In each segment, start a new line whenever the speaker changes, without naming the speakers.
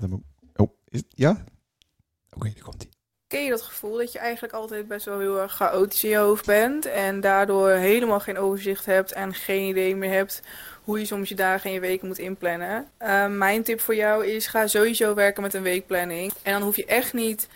Zet hem ook. Oh, is het- ja? Oké, daar komt hij.
Ken je dat gevoel dat je eigenlijk altijd best wel heel erg chaotisch in je hoofd bent en daardoor helemaal geen overzicht hebt en geen idee meer hebt hoe je soms je dagen en je weken moet inplannen? Eh, mijn tip voor jou is ga sowieso werken met een weekplanning en dan hoef je echt niet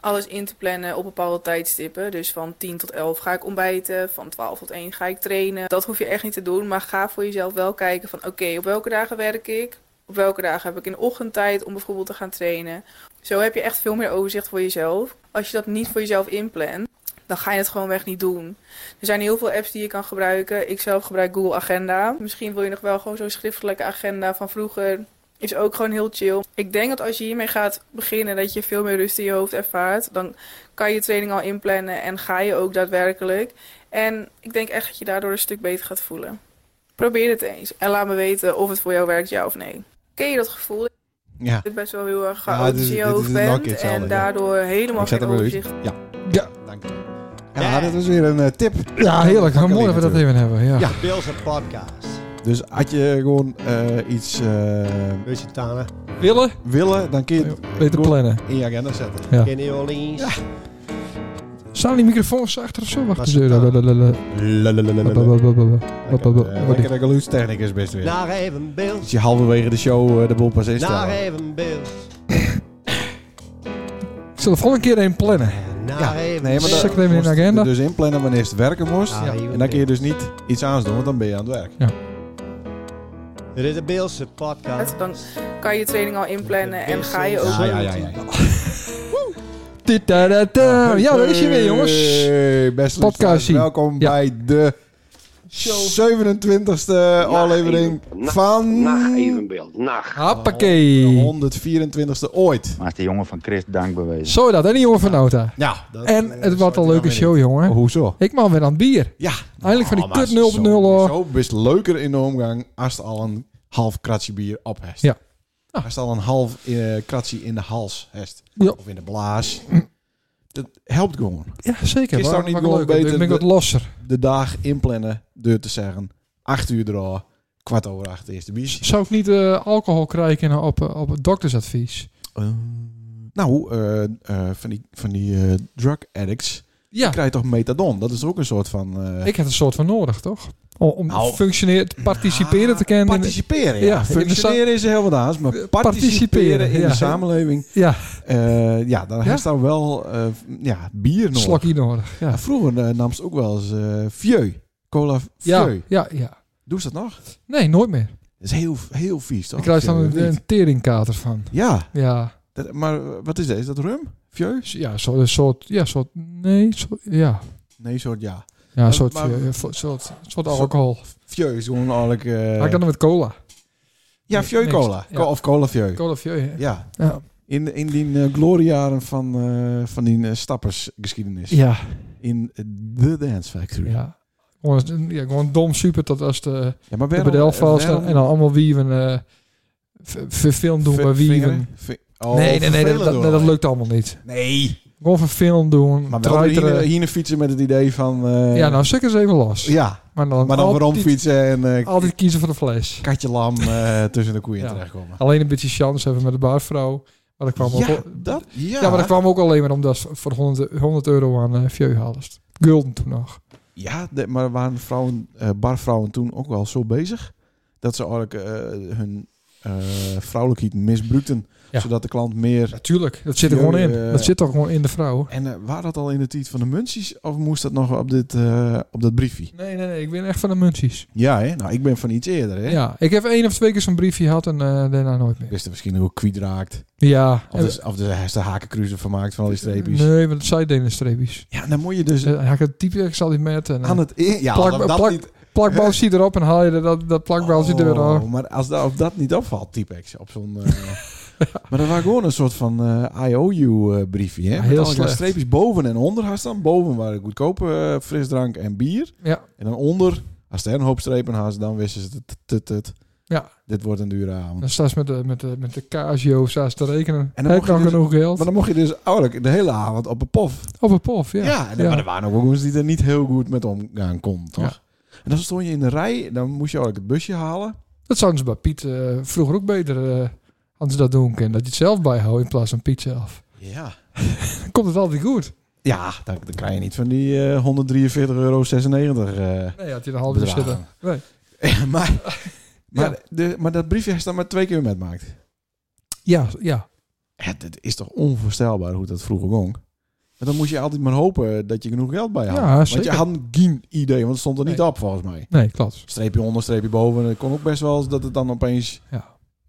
alles in te plannen op bepaalde tijdstippen. Dus van 10 tot 11 ga ik ontbijten, van 12 tot 1 ga ik trainen. Dat hoef je echt niet te doen, maar ga voor jezelf wel kijken van oké, op welke dagen werk ik? Op welke dagen heb ik in de ochtendtijd om bijvoorbeeld te gaan trainen? Zo heb je echt veel meer overzicht voor jezelf. Als je dat niet voor jezelf inplant, dan ga je het gewoon weg niet doen. Er zijn heel veel apps die je kan gebruiken. Ik zelf gebruik Google Agenda. Misschien wil je nog wel gewoon zo'n schriftelijke agenda van vroeger. Is ook gewoon heel chill. Ik denk dat als je hiermee gaat beginnen, dat je veel meer rust in je hoofd ervaart. Dan kan je training al inplannen en ga je ook daadwerkelijk. En ik denk echt dat je daardoor een stuk beter gaat voelen. Probeer het eens en laat me weten of het voor jou werkt, ja of nee. Ken je dat gevoel?
Ja.
het best wel heel erg
Ja,
chaotisch
dit
in
is-
je
dit is
hoofd
een
bent
nakje hetzelfde,
en
ja.
daardoor helemaal
Ik zet
geen
hem weer.
overzicht.
Ja. Ja, dank je. Ja, dat was weer een eh, tip.
Ja, heerlijk.
Van
Nou, mooi dat we
Kalina
dat even hebben. Ja.
Ja.
Bills en podcast.
Dus had je gewoon eh, iets eh,
Weet je Tana?
Willen?
willen, dan kun je het
Beter
gewoon
plannen.
in je agenda zetten.
Ja.
Ken je Orleans?
Staan die microfoons achter of zo? Wacht
Waar
eens.
zit dat?
Blablabla. Blablabla.
Lekker.
Wat ik-
Lekker dat geluidstechnicus best weer.
Naar even Bills.
Dat je halverwege de show eh, de boel pas
Naar
instellen.
even Bills.
Ik zal er volgende keer een plannen.
Naar even
nee, maar
Zet
dat
ik hem in de
moest je
agenda?
er Dus inplannen wanneer het werken moest.
Ja,
en dan kun je
joh.
dus niet iets aan doen, want dan ben je aan het werk.
Dit is de Bills podcast.
Dan kan je training al inplannen en ga je ook
Ja, ja, ja,
Ja, ja,
ja.
Dit, da, da, da. Eh, Oh, Ja, daar is je weer, jongens.
Nou, Hey, beste
Podcast
luisteraars,
zien.
welkom
Ja.
bij de 27e aflevering
even-
van
Nacht evenbeeld, nacht.
Hoppakee.
de 124e ooit.
Maar is de jongen van Chris dankbewezen.
Zo dat, en die jongen van Nota.
Ja,
En het wordt een leuke show,
Oh,
jongen.
hoezo?
Ik mag weer aan het bier.
Ja.
Eindelijk van die
Oh, maar
kut 0.0
zo-
hoor.
Zo best leuker in de omgang als het al een half kratje bier op hebt.
Ja.
Als het al een half eh, kratje in de hals hebt.
Ja.
Of in de blaas. Dat helpt gewoon.
Ja, zeker.
Is
Waar-
dat niet
waar
gewoon
leuk. Dan
beter
ben ik
de-
wat losser.
De dag inplannen, deur te zeggen. Acht uur eraan. Kwart over acht de eerste bier.
Zou ik niet eh, alcohol krijgen op, eh, op het doktersadvies?
Eh, nou, eh, eh, van die, van die eh, drug addicts
Ja,
krijg je toch methadon. Dat is ook een soort van... eh,
ik heb een soort van nodig, toch? Om, om
Nou,
functioneert, participeren te
ah,
kennen. in-
Participeren, ja.
Ja, in de
Functioneren is heel wat anders, maar
Eh,
participeren,
participeren,
in
ja.
de samenleving...
ja,
Eh, ja, dan
Ja?
heeft daar wel eh, ja, bier nodig.
slokje nodig. Ja,
Ja, vroeger eh, nam ze ook wel eens eh vieux. Cola
ja,
vieux.
ja, ja.
Doe ze dat nog?
Nee, nooit meer.
Dat is heel, heel vies, toch?
Ik krijg dan
Vieux,
een,
niet?
een teringkater van.
Ja,
Ja,
dat- maar eh, wat is dat? Is dat rum? Vieux?
s- ja, zo, een soort, ja, soort, nee, soort, ja.
Nee, soort ja.
Ja, een
Maar-
soort,
maar-
eh, vo- soort, soort alcohol.
Vieux is gewoon eigenlijk... eh,
Maar ik had hem met cola.
ja,
nee,
vieux
niks.
cola.
Ja.
Co- Of cola vieux.
Cola vieux, hè?
ja.
Ja.
In, in die eh, gloriejaren van, eh, van die eh, stappersgeschiedenis.
ja.
In The Dance Factory. Ja,
Ja. Gewoon, ja, gewoon dom super tot als de,
maar
de
waarom...
bedelvals en
waarom-
dan allemaal wieven. eh v- v- film doen
Ve-
bij wieven.
vingeren? Vi- Oh,
nee, nee, nee, dat,
vervelend
dat,
hoor.
dat lukt allemaal niet.
Nee.
Gewoon van film doen,
Maar wel
truiteren.
hier, hier fietsen met het idee van... eh,
ja, nou, suk eens even los.
ja,
Maar dan,
maar dan
altijd,
waarom fietsen en eh,
altijd kiezen voor de fles.
katje lam eh, tussen de koeien
Ja.
terechtkomen.
Alleen een beetje chance hebben met de barvrouw. Maar dat kwam
Ja,
ook,
dat, ja.
ja. maar dat kwam ook alleen maar omdat ze voor 100, e- 100 euro aan eh Vieux hadden. Gulden toen nog.
Ja, de- maar waren vrouwen, eh, barvrouwen toen ook wel zo bezig... dat ze eigenlijk eh, hun eh, vrouwelijkheid misbruikten...
Ja.
zodat de klant meer...
Natuurlijk, dat zit er
Vieux,
gewoon in.
eh,
Dat zit toch gewoon in de vrouw.
En eh, waren dat al in de tijd van de munties... of moest dat nog op, dit, eh, op dat briefje?
Nee, nee, nee, ik ben echt van de munchies.
Ja, hè? nou, ik ben van iets eerder. Hè?
Ja, ik heb één of twee keer zo'n briefje gehad en eh, daarna nooit
Ik
meer.
wist er misschien hoe kwiet raakt.
Ja.
Of, dus, of dus hij is de hakenkruiser vermaakt van al die streepjes.
Nee, want zij deden streepjes.
Ja, dan moet je dus...
Dus, uh, ik het type, ik zal die met. En, eh,
aan het in, ja,
Plak-
dat, dat
plak-
niet,
plakbalsie erop en haal je er dat, dat plakbalsie er weer af.
Oh, maar als dat, of dat niet opvalt, Typex op zo'n. eh, Maar dat was gewoon een soort van eh IOU-briefje. hè?
Ja,
Met
heel
allemaal
slecht.
streepjes boven en onder had dan. Boven waren goedkope eh, frisdrank en bier.
Ja.
En dan onder, als er een hoop strepen had, dan wisten ze het. tut, tut.
Ja.
Dit wordt een dure avond.
Dan staat ze met de, met de, met de Casio staat ze te rekenen.
En
En
dan
dan
mocht
heb
je
dan
dus-
genoeg geld.
Maar dan mocht je dus eigenlijk de hele avond op een pof.
Op een pof, ja.
Ja, en, maar er waren ook jongens die er niet heel goed met omgaan konden, toch? En dan stond je in de rij, dan moest je eigenlijk het busje halen.
Dat zouden ze bij Piet eh, vroeger ook beter eh, Hadden ze dat doen kunnen. Dat je het zelf bijhoudt in plaats van pizza af.
Ja.
Dan komt het altijd goed.
Ja, dan, dan krijg je niet van die eh 143,96 euro. eh
Nee, had je een half uur
bedragen.
zitten. Nee.
maar, maar, de, maar dat briefje is dan maar twee keer met maakt.
Ja, ja.
Het, het is toch onvoorstelbaar hoe dat vroeger ging. Maar dan moest je altijd maar hopen dat je genoeg geld bij had.
Ja,
want je
zeker.
had geen idee, want het stond er niet
Nee.
op volgens mij.
Nee, klopt.
Streepje onder, streepje boven. Het kon ook best wel eens dat het dan opeens
Ja.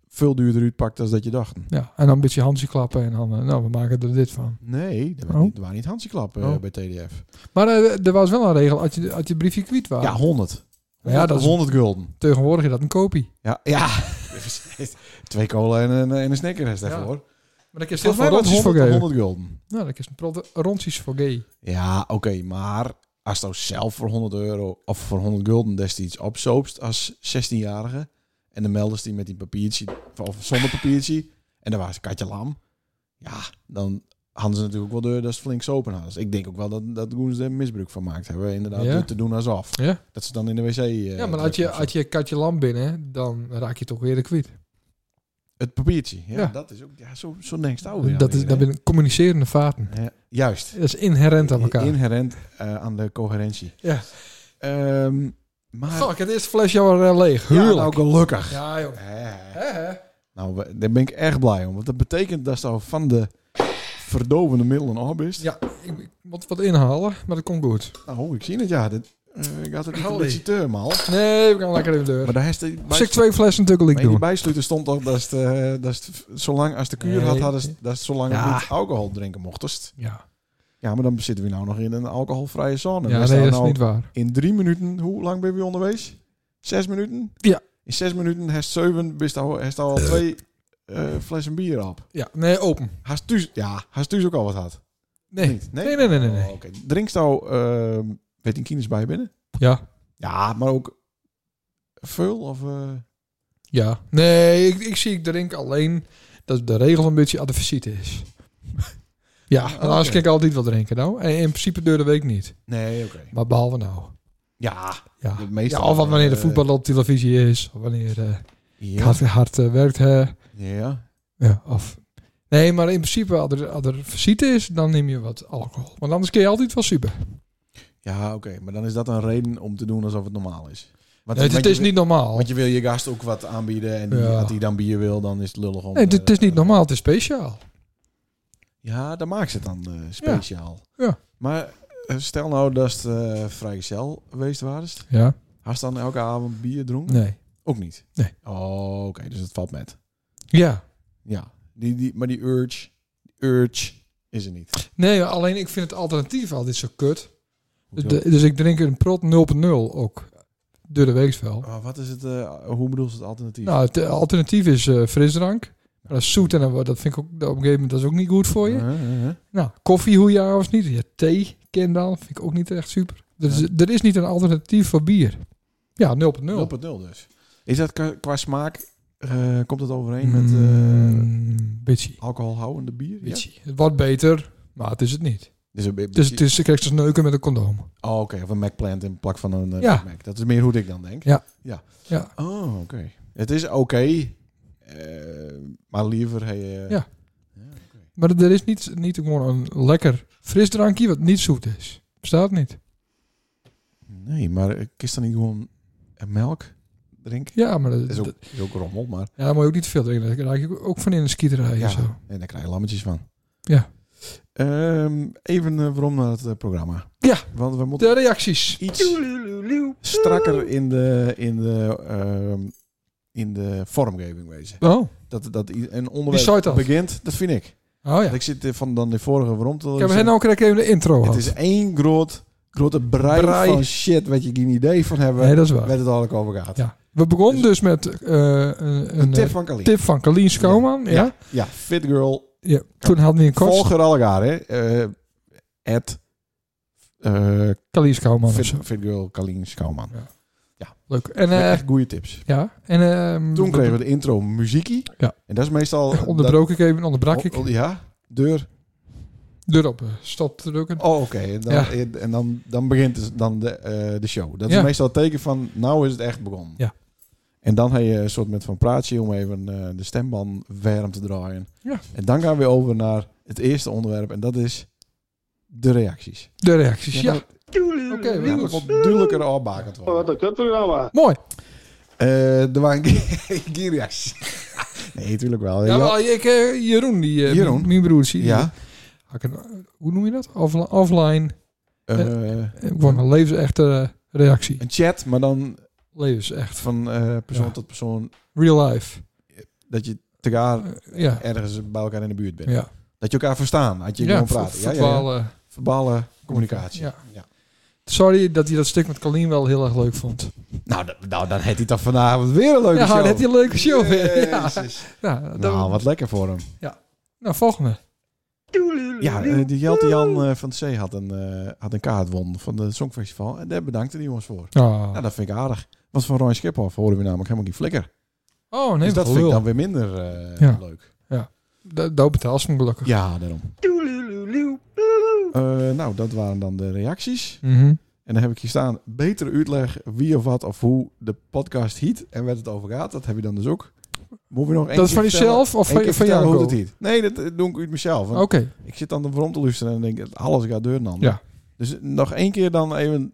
veel duurder uitpakt als dat je dacht.
Ja. En dan een beetje handje klappen en dan, eh, nou, we maken er dit van.
Nee, dat
Oh.
waren niet, dat waren niet handjeklappen eh,
Oh.
bij TDF.
Maar eh, er was wel een regel, als je, als je het briefje kwijt was.
Ja, 100.
Nou Ah. ja, dat is-
100 gulden.
Tegenwoordig is dat een kopie.
Ja, ja. twee kolen en een, eh, en een snicker is daarvoor.
Maar dat is heel
Volgens mij
veel
was
rondjes
het
voor
100,
geven.
100 gulden.
Nou, dat is een prot- rondjes voor gay.
Ja, oké, maar als je zelf voor 100 euro of voor 100 gulden destijds opzoopst als 16-jarige en dan meldest die met die papiertje of zonder papiertje en daar was Katje Lam, ja, dan hadden ze natuurlijk ook wel de dat ze flink open hadden. Dus ik denk ook wel dat dat Goens er misbruik van maakt hebben, inderdaad
Ja.
door te doen alsof
Ja.
dat ze dan in de wc. eh,
ja, maar als
drukken
je,
of zo.
als je katje lam binnen, dan raak je toch weer de kwijt.
het papiertje, ja,
Ja.
dat is ook Oh, ja, zo zo denkt het oude.
dat is dat zijn communicerende vaten.
Ja, juist.
Dat is inherent aan elkaar.
Inherent eh, aan de coherentie.
Ja.
Ehm, maar
Fuck, het eerste flesje al eh, leeg.
ja,
Heerlijk.
nou gelukkig.
Ja, joh.
Eh,
Hè, hè?
Nou, we- daar ben ik erg blij om. Want dat betekent dat ze al van de verdovende middelen af is.
Ja, ik, ik moet wat inhalen, maar dat komt goed.
Nou, ik zie het, ja. Dit, eh, ik had het niet
Hallie.
publiciteur, mal.
Nee, we gaan lekker in de deur.
Maar daar heeft de
Als ik
bij-
twee flessen natuurlijk
bij die
doen.
bijsluiter stond toch dat ze het, eh, dat ze het zolang als de kuur
Nee.
had, hadden ze dat ze zolang
Ja.
niet alcohol drinken mochtest.
Ja,
Ja, maar dan zitten we nou nog in een alcoholvrije zone.
ja
We
nee,
staan
dat is
nou
niet waar.
In drie minuten, hoe lang ben je onderwees? Zes minuten?
Ja.
In zes minuten heeft zeven, bist al, heeft al twee eh, flessen bier op.
Ja, nee, open.
Haast thuis, ja, haast thuis ook al wat had.
Nee.
Niet?
Nee, nee, nee, nee. nee.
Oh, oké. Drinkt al, eh, weet je, kines bij binnen?
Ja,
Ja, maar ook veel of... eh,
ja. Nee, ik, ik zie, ik drink alleen dat de regel een beetje aan de visite is. ja, want anders
Ah, oké.
kan ik altijd wel drinken nou. En in principe door de week niet.
nee, oké.
Maar behalve nou.
Ja,
Ja,
De meeste-
Ah. ja of wat wanneer de
eh,
voetbal op televisie is. Of wanneer eh,
ja,
hard, hard eh, werkt. hè.
ja.
Ja, of... Nee, maar in principe, als er, als er visite is, dan neem je wat alcohol. Want anders kun je altijd wel super.
Ja, oké. Maar dan is dat een reden om te doen alsof het normaal is. Want,
Nee,
want
het, het
je
is dus
wil-
niet normaal.
Want je wil je gast ook wat aanbieden en die,
Ja.
als hij dan bier wil, dan is het lullig om...
Nee, het,
eh,
het is niet
eh,
normaal, het is speciaal.
Ja, dat maakt het dan eh, speciaal.
Ja.
Maar eh, stel nou dat het eh vrijgezel geweest was.
Ja?
Had je dan elke avond bier dronken?
Nee.
Ook niet?
Nee.
Oh, oké. Dus het valt met.
Ja.
Ja. Die, die, maar die urge, die urge is er niet.
Nee, alleen ik vind het alternatief altijd zo kut.
Hoezo?
De- dus ik drink een prot 0.0 ook. Door de week wel.
Maar wat is het, eh, hoe bedoel je het alternatief?
Nou, het eh, alternatief is eh, frisdrank. Maar dat is zoet en dan wordt- dat vind ik ook op een gegeven moment dat is ook niet goed voor je.
Eh, eh, eh.
Nou, koffie hoe ja of niet. Ja, thee ken dan, vind ik ook niet echt super. Er is, er is niet een alternatief voor bier. Ja, 0.0.
0.0 dus. Is dat qua, qua smaak, eh, komt het overeen met eh
Mm, Bitchy.
alcoholhoudende bier? Ja?
Bitchy. Het wordt beter, maar het is het niet.
Dus een beetje-
Dus het is, je krijgt dus neuken met een condoom.
Oh, oké. Of een MacPlant in plak van een eh,
Ja.
Mac. Dat is meer hoe ik dan denk.
Ja.
Ja.
Ja.
Oh, oké. Het is oké. eh, maar liever... Hey, eh,
Ja.
ja, oké.
Maar er is niet, niet gewoon een lekker frisdrankje wat niet zoet is. Bestaat niet.
Nee, maar ik kies dan niet gewoon eh, melk drinken?
Ja, maar dat,
Dat is ook,
dat-
is ook rommel, maar...
ja, daar moet je ook niet te veel drinken. Daar raak je ook van in een skieterij
Ja,
en zo.
en daar krijg je lammetjes van.
Ja.
Ehm, even eh, waarom naar het eh, programma.
Ja.
Want we moeten
De reacties.
iets strakker in de, in de, ehm, in de vormgeving wezen.
Oh,
Dat, dat i- een
Wie zei
onderwerp
dat?
begint, dat vind ik.
oh ja.
Ik zit eh, van dan de vorige waarom te
Ik heb hen ook even de intro
Het
gehad.
is één groot, grote brei,
Brei.
van shit wat je geen idee van hebben.
Nee, dat is waar.
Werd het eigenlijk over gaat.
Ja. We begonnen
Dus-
dus met eh, een,
Een
een, eh,
tip
tip,
van Kalien.
van Carlien Schouwman. Ja. Ja.
Ja, fit girl.
Toen hadden we een kort.
Volg er allegaar, hè. Eh at eh,
Carlien Schouwman of
fit,
zo.
fit girl Kalien Schouwman.
Leuk. En,
Met
eh,
echt goede tips.
ja. en ehm,
Toen kregen we de intro muziekie.
Ja.
En dat is meestal...
Onderbroken ik even, onderbrak
dat,
ik.
oh, Ja, deur.
Deur op, eh, stop te drukken.
Oh, oké. En, dan,
Ja.
en dan, dan begint dus dan de, eh, de show. Dat is
Ja.
meestal het teken van, nou is het echt begonnen.
Ja.
En dan heb je een soort met van praatje om even eh, de stemband warm te draaien.
Ja.
En dan gaan we over naar het eerste onderwerp en dat is de reacties.
De reacties, Dus ja.
Ja,
Oké,
Ja,
heel
dat
goed.
wordt duidelijker afbakend worden.
Wat een kutprogramma.
Mooi.
Eh, er waren geen reacties. Nee, tuurlijk wel.
Ja,
Ja,
wel, ik, eh, Jeroen, die, eh,
Jeroen?
m- mijn broer, zie je.
ja.
Had ik een- eh, Hoe noem je dat? Offli- offline.
eh,
Eh, Gewoon een levensechte eh, reactie.
een chat, maar dan
Levensecht.
van eh, persoon
Ja.
tot persoon.
Real life.
Dat je elkaar
Eh, Ja.
ergens bij elkaar in de buurt bent.
Ja.
Dat je elkaar verstaat. Dat je
ja,
gewoon
ver-
praat. Ja, ja, ja.
verbale
Verbale communicatie.
Ja.
Ja.
Sorry dat hij dat stuk met Colleen wel heel erg leuk vond.
Nou, dat- nou, dan heeft hij toch vanavond weer een leuke
ja,
show.
net die leuke show weer. Ja.
Jezus.
Ja, dat-
Nou, wat lekker voor hem.
nou, volgende.
Ja, eh, die Jelte Jan eh, van de Zee had een, eh, had een kaart won van het Songfestival. En daar bedankte die jongens voor.
Oh,
Nou, dat vind ik aardig. Want van Roy Schiphoff horen we namelijk helemaal geen flikker.
oh nee,
Dus dat vind ik
gelul.
dan weer minder eh,
Ja.
leuk.
Dat, dat betaalt ze me gelukkig.
Ja, daarom. Eh, nou, dat waren dan de reacties.
Mhm.
En dan heb ik hier staan, betere uitleg wie of wat of hoe de podcast hiet en waar het over gaat. Dat heb je dan dus ook. Moet je nog één
Dat is
keer
van
vertellen-
jezelf of
één
van,
keer
van
vertellen
jou?
hoe
Oké.
dat hiet? Nee, dat eh, doe ik uit mezelf. Want Ik zit dan erom te luisteren en denk, alles gaat door dan.
Ja.
Dus nog één keer dan even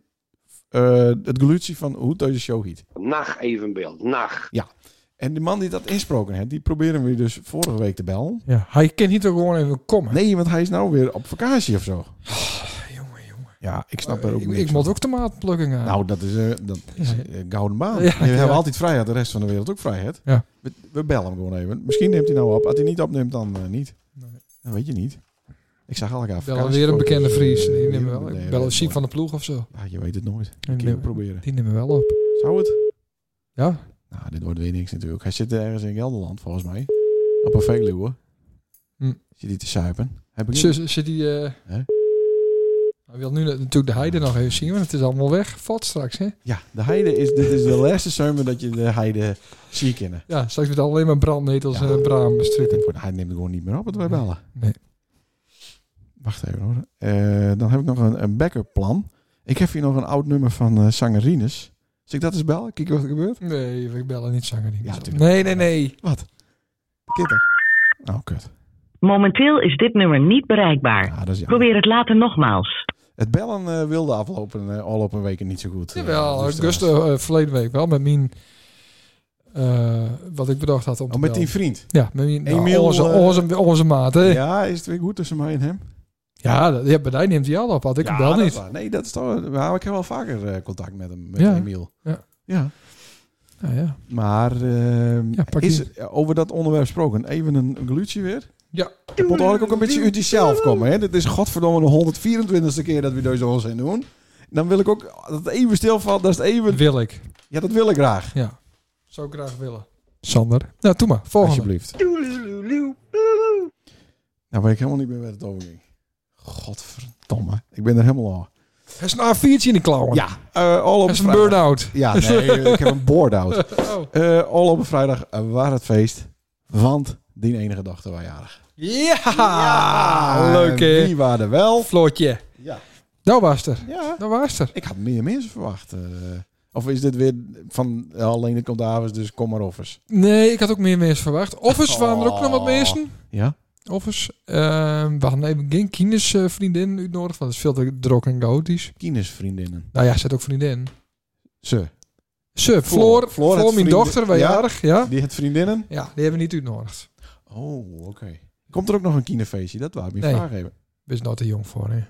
eh, het gelutie van hoe deze show hiet.
Nacht evenbeeld, nacht.
En die man die dat insproken heeft, die proberen we dus vorige week te bellen.
Ja, hij kan niet er gewoon even komen.
Nee, want hij is nou weer op vakantie of zo.
Jongen, jongen.
Ja, ik snap
Eh,
er ook
ik,
niks
ik
van.
moet ook tomatenplukkingen aan.
Nou, dat is, eh dat is eh, gouden baan.
Ja,
we
ja.
hebben altijd vrijheid, de rest van de wereld ook vrijheid.
Ja.
We, we bellen hem gewoon even. Misschien neemt hij nou op. Als hij niet opneemt, dan eh, niet.
Nee.
Dat weet je niet. Ik zag al elkaar
bel weer een bekende Fries. Die nemen we wel.
Nee,
Ik
dat
bel
is
Siep
mooi.
van de ploeg of zo.
Ja, je weet het nooit.
Die
Een keer
nemen,
proberen.
die nemen we wel op.
Zou het?
Ja.
Nou, dit wordt weer niks natuurlijk. Hij zit ergens in Gelderland, volgens mij. Op een Veluwe.
Hm.
Zit hij te suipen? Heb ik
Zit, zit die... eh,
Hè?
Hij wil nu na- natuurlijk de heide nog even zien, want het is allemaal weg. Vat straks, hè?
Ja, de heide is... Dit is de laatste zomer dat je de heide zie kennen.
Ja, straks wordt alleen maar brandnetels eh,
Ja.
en braam bestritten.
Voor de heide neemt het gewoon niet meer op, wat wij bellen.
Nee.
Wacht even hoor. Eh, dan heb ik nog een, een backup plan. Ik heb hier nog een oud nummer van eh Sangerines. Als ik dat eens bel, kijk wat er gebeurt.
Nee, ik bellen niet zanger. Niet
Ja,
zo.
tuurlijk.
nee, nee, nee.
Kitter. Oh, kut.
Momenteel is dit nummer niet bereikbaar.
Ja, dat is jammer.
Probeer het later nogmaals.
Het bellen eh, wilde afgelopen eh, al op een weken niet zo goed. eh,
Jawel,
dus
Gusto eh, verleden week wel met mijn... eh, wat ik bedacht had om te
Oh, met die
bellen.
vriend.
Ja, met mijn, nou,
Emiel,
onze,
eh,
onze, onze maat, hè? Ja,
Ja, is het weer goed tussen mij en hem?
dat, ja, bij die neemt hij al op. Had ik
ja,
hem wel
dat
niet.
is waar. Nee, dat is toch... Maar ik heb wel vaker eh, contact met hem, met
Ja.
Emiel.
Ja.
ja.
Nou ja.
Maar ehm,
Ja, pak
is,
die.
ja, over dat onderwerp gesproken, even een glutje weer.
Ja.
Dat moet eigenlijk ook een beetje uit jezelf komen. Hè? Dit is godverdomme de 124ste keer dat we deze onzin doen. Dan wil ik ook dat het even stilvalt. Dat is het even...
Wil ik.
Ja, dat wil ik graag.
Ja. Zou ik graag willen. Sander. Nou, doe maar. Volgende.
Alsjeblieft. Nou weet ik helemaal niet meer waar het over ging. Godverdomme. Ik ben er helemaal al.
Er is een A4'tje in de klauwen.
Ja, eh, al op
Er is een
vrijdag.
burn-out.
Ja, nee, ik heb een board-out.
Oh.
Eh, al op een vrijdag eh, waar het feest. Want die enige dag waren wij jarig.
Ja! Leuk,
En
hè?
Wie waren er wel?
Floortje.
Ja.
Nou was het er.
Ja.
Nou was het er.
Ik had meer mensen verwacht. eh. of is dit weer van ja, alleen het komt avonds, dus kom maar offers.
Nee, ik had ook meer mensen verwacht. Offers waren er ook nog wat
Oh.
mensen.
Ja.
Offers. Ehm we hadden even geen kindesvriendin uitnodigd, want het is veel te drok en chaotisch.
Kines-vriendinnen.
Nou ja, zet ook vriendin.
Ze.
Ze,
Floor.
Floor,
Floor
Floor,
had
mijn
vrienden-
dochter, wij
Ja.
jarig, ja.
Die het vriendinnen.
Ja, die hebben we niet uitnodigd.
Oh, oké. Komt er ook nog een kinderfeestje? Dat wou ik me
Nee.
vraag even.
We zijn nog te jong voor, hè.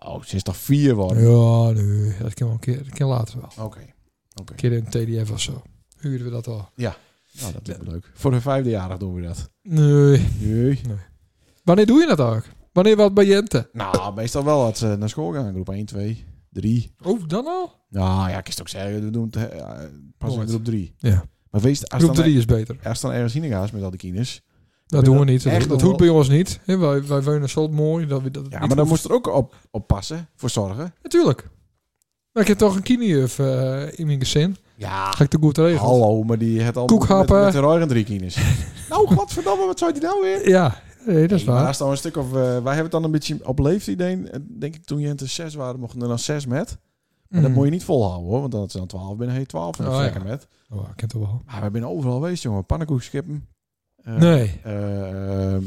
Nou, ze is toch vier worden?
Ja, nee, dat kan wel een keer, dat kan later wel.
Oké.
Een keer in een TDF of zo. Huren we dat al?
Nou, dat lijkt me leuk. Voor hun vijfde jarig doen we dat.
Nee.
Nee.
Wanneer doe je dat eigenlijk? Wanneer wat bij Jente?
Nou, meestal wel dat ze naar school gaan. Groep 1, 2, 3.
Oh, dan al?
Nou ja, ik kan het ook zeggen. We doen het eh, ja, pas in
Nooit.
groep 3.
Ja.
Maar wees als
Groep
dan-
3 is beter.
Als dan ergens heen gaat met al die kines.
Dat
ben
doen we
dat
niet. Dat,
echt
dat
nog
hoeft bij ons niet. hè. wij, wij wonen zo mooi. Dat we, dat het
Ja,
niet
maar dan
hoeft.
moest er ook op, op passen. Voor zorgen.
Natuurlijk. Maar ik heb toch een kinejuf eh in mijn gezin.
Ja.
Ga ik te goed regelen.
Hallo, maar die het al
Koekhappen.
met, met de Roy en drie kines. nou, godverdomme, wat zou die nou weer?
Ja, nee, dat
Hey,
is
maar
waar.
als dan een Eh, stuk of... eh, wij hebben het dan een beetje op leeftijd. Denk ik toen je in de zes waren, mochten er dan zes met. Maar En
Mm.
dat moet je niet volhouden hoor, want dan zijn er 12 binnen, hey, 12 en
Mhm. Oh, ja.
lekker met.
Oh, ik ken het wel.
Maar we zijn overal geweest, jongen. Pannenkoekskippen. Eh,
Nee.
eh, ehm,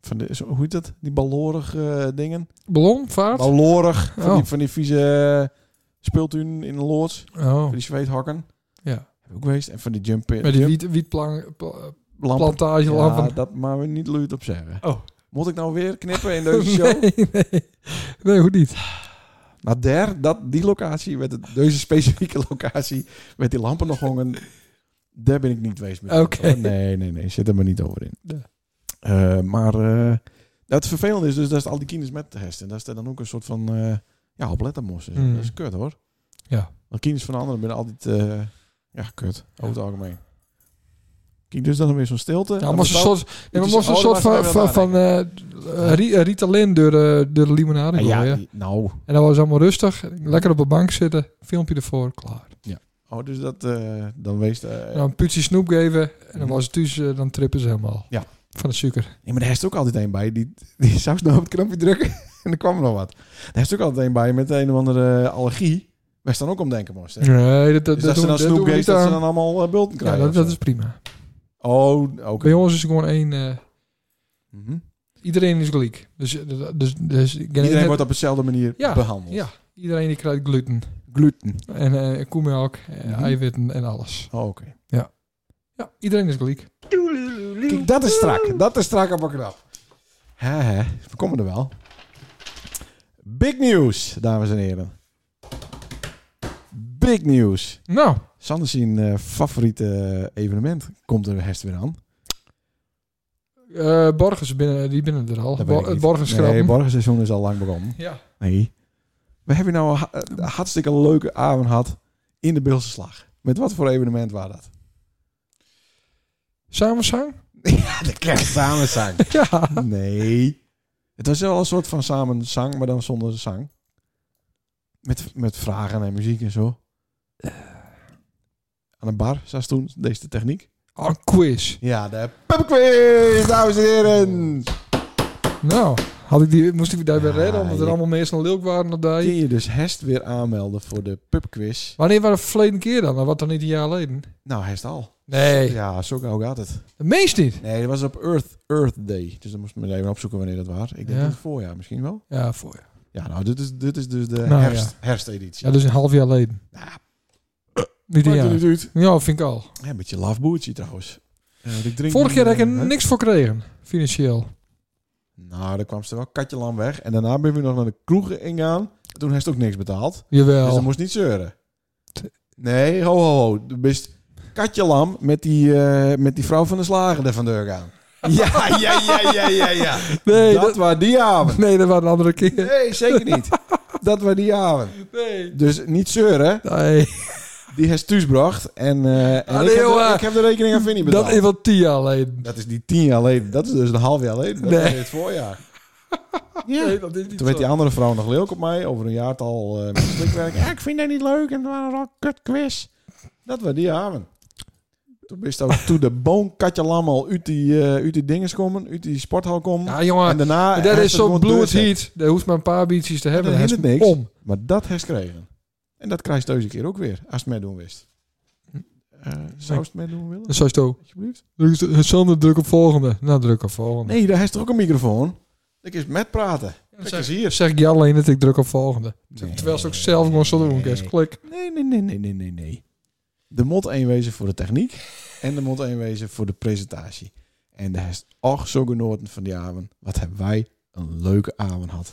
van de, zo- hoe heet dat? Die ballorig eh, dingen.
Ballonvaart?
Ballorig. Van,
Oh.
die, van die vieze eh, speeltuin in de loods.
Oh,
Van die zweethakken.
ja.
Heb ik ook geweest. En van die jump
Met die wiet, wietplank... pla-
jumplampen.
plantage
Ja,
lampen.
dat maar we niet luid op zeggen.
Oh.
Moet ik nou weer knippen in deze show?
Nee, nee. Nee, hoe niet?
Nou, der, dat, die locatie, met het, deze specifieke locatie, met die lampen nog hongen, daar ben ik niet geweest. met.
Oké.
Nee, nee, nee, zit er maar niet over in.
Ja.
Eh, maar eh, het vervelende is dus dat al die kinders met de hesten, dat is er dan ook een soort van eh ja, oplettermos. is.
Mm.
Dat is kut hoor.
Ja.
Want kinders van anderen zijn altijd eh, ja, kut, over het algemeen. Kijk, dus dan weer zo'n stilte.
Ja, maar zo'n soort, ja, maar
is-
moest een
oh,
soort
daar was
van,
ik
van,
even
van eh, ri- eh, Ritalin door de, door de limonade
Ah,
gooien.
ja, die- nou.
En dan was het allemaal rustig. Lekker op de bank zitten. Filmpje ervoor, klaar.
Oh, dus dat, eh, dan wees... eh,
En dan een putje snoep geven. En dan
Mhm.
was het thuis, eh, dan trippen ze helemaal.
Ja.
Van de suiker.
Nee, maar daar is ook altijd een bij. Die, die zou snel op het knopje drukken en er kwam er nog wat. Daar is ook altijd een bij met een of andere eh, allergie. Waar ze dan ook om denken moest. hè?
Nee, dat, dat,
dus dat, ze
dat doen,
dan
dat doen
snoep
we
geeft,
niet
dat ze
aan.
dan allemaal eh, bulten
Ja,
krijgen.
dat,
of
dat is
zo.
prima.
Oh, oké.
Bij ons is er gewoon één... eh,
Mhm.
iedereen is gelijk. Dus, eh, dus, dus, dus
Iedereen wordt op dezelfde manier
Ja,
behandeld.
Ja, iedereen die krijgt gluten.
Gluten.
En eh koemelk, eh,
Mhm.
eiwitten en alles.
Oh, oké.
Ja, iedereen is gelijk.
Kijk, dat is strak. Dat is strak op knap. Hè, hè. We komen er wel. Big news, dames en heren. Big news.
Nou,
Sander zijn eh, favoriete evenement komt er herst weer aan.
eh Borgers, binnen, die binnen er al.
Dat weet ik
Bo-
niet.
Borgers schrappen.
Nee, borgenseizoen is al lang begonnen.
ja.
Nee. We hebben nou een ha- een hartstikke leuke avond gehad in de Beelse Slag. Met wat voor evenement was dat?
Samenzang?
ja, de kerst samen zang.
Ja.
Nee. Het was wel een soort van samen zang, maar dan zonder zang. Met, met vragen en muziek en zo. Eh. Aan een bar zat toen deze techniek.
Oh, een quiz.
Ja, de pubquiz, dames en heren.
Nou, had ik die, moest ik die daarbij
Ja,
redden, omdat er
je-
allemaal mensen naar Lilk waren dat
Kun
die.
je dus Hest weer aanmelden voor de pubquiz?
Wanneer waren we verleden keer dan? Dat was dan niet een jaar geleden?
Nou, Hest al.
Nee.
Ja, zo gauw gaat het.
Dat meest niet.
Nee, dat was op Earth, Earth Day. Dus dan moest ik me even opzoeken wanneer dat was. Ik denk
Ja.
in het voorjaar misschien wel.
Ja, voor je.
Ja, nou, dit is, dit is dus de
Nou,
herfst, herfsteditie.
Ja, dus een half jaar geleden. Niet een
Maakt er
jaar.
niet uit.
Ja, vind ik al.
Ja, een beetje lafboertje trouwens. Eh, want ik drink
Vorige
niet
keer heb ik
meer,
er
hè? Dus
niks voor gekregen, financieel.
Nou, daar kwam ze wel katje lam weg. En daarna ben we nog naar de kroeg ingaan. Toen heeft ze ook niks betaald. Dus
Jawel.
dan moest niet zeuren. Nee, ho, ho, ho. Je bent katje lam met die, eh, met die vrouw van de slager er vandoor gaan. Ja, ja, ja, ja, ja, ja.
nee,
dat
dat,
was die avond.
nee, dat was een andere keer.
Nee, zeker niet. Dat was die avond.
Nee.
Dus niet zeuren.
Nee,
Die heeft thuis bracht. En, eh, en
Ah,
ik, heb
nee,
de,
hoor.
ik heb de rekening aan Vinnie betaald.
dat is wel tien jaar geleden.
Dat is die tien jaar geleden. Dat is dus een half jaar geleden. Dat
Nee.
was in het voorjaar.
Nee, dat is niet
Toen werd
zo.
die andere vrouw nog leuk op mij. Over een jaartal eh met slikwerk. Ja, ik vind dat niet leuk. En toen waren al kut quiz. Dat was die avond. Toen is ook toen de boom katje lam al uit die, eh, uit die dinges komen. Uit die sporthal komen.
Ja, jongen.
en daarna...
dat
heeft
is
het
zo'n
gewoon
bloed
doorzet.
heat. Daar hoeft maar een paar biertjes te hebben.
dan
Hij
hindert
is
niks.
Om.
Maar dat heeft ze gekregen. En dat krijg je deze keer ook weer. Als het mij doen wist.
Hm.
Eh, zou je het mij doen willen?
Dan zou je zo.
Alsjeblieft.
druk- Sander, druk op volgende. Nou, druk op volgende.
Nee, daar heeft toch ook een microfoon? Ik is met praten. Kijk eens hier.
Dan zeg ik je alleen dat ik druk op volgende.
Nee.
Terwijl ze ook zelf gewoon zo doen. Kees. Klik.
Nee, nee, nee, nee, nee, nee, nee. De mond één wezen voor de techniek en de mond één wezen voor de presentatie. En daar is och zo genoten van die avond. Wat hebben wij een leuke avond gehad.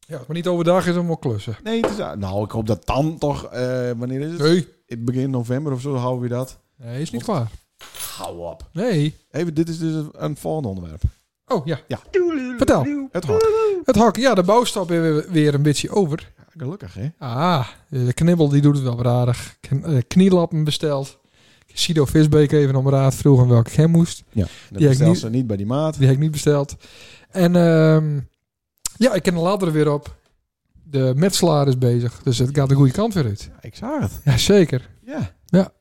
Ja, maar niet overdag is het allemaal klussen.
Nee, het is, nou, ik hoop dat dan toch, eh, wanneer is het?
Nee.
Begin november of zo houden we dat.
Nee, is niet klaar.
Hou op.
Nee.
Even, dit is dus een- een volgende onderwerp.
Oh, ja.
Ja.
Vertel.
Het hok.
Het hak. Ja, de bouwstap weer, weer een beetje over.
Ja, gelukkig, hè?
Ah, de knibbel die doet het wel weer aardig. Kn- eh, Knielappen besteld. Sido Visbeek even om raad vroeg aan welke ik hem moest.
Dat
ik
bestel
niet-
ze niet bij die maat.
Die heb ik niet besteld. En ehm, ja, ik ken de ladder weer op. De metselaar is bezig, dus het gaat de goede kant weer uit.
Ja, ik zag het.
Jazeker.
Ja.
Ja.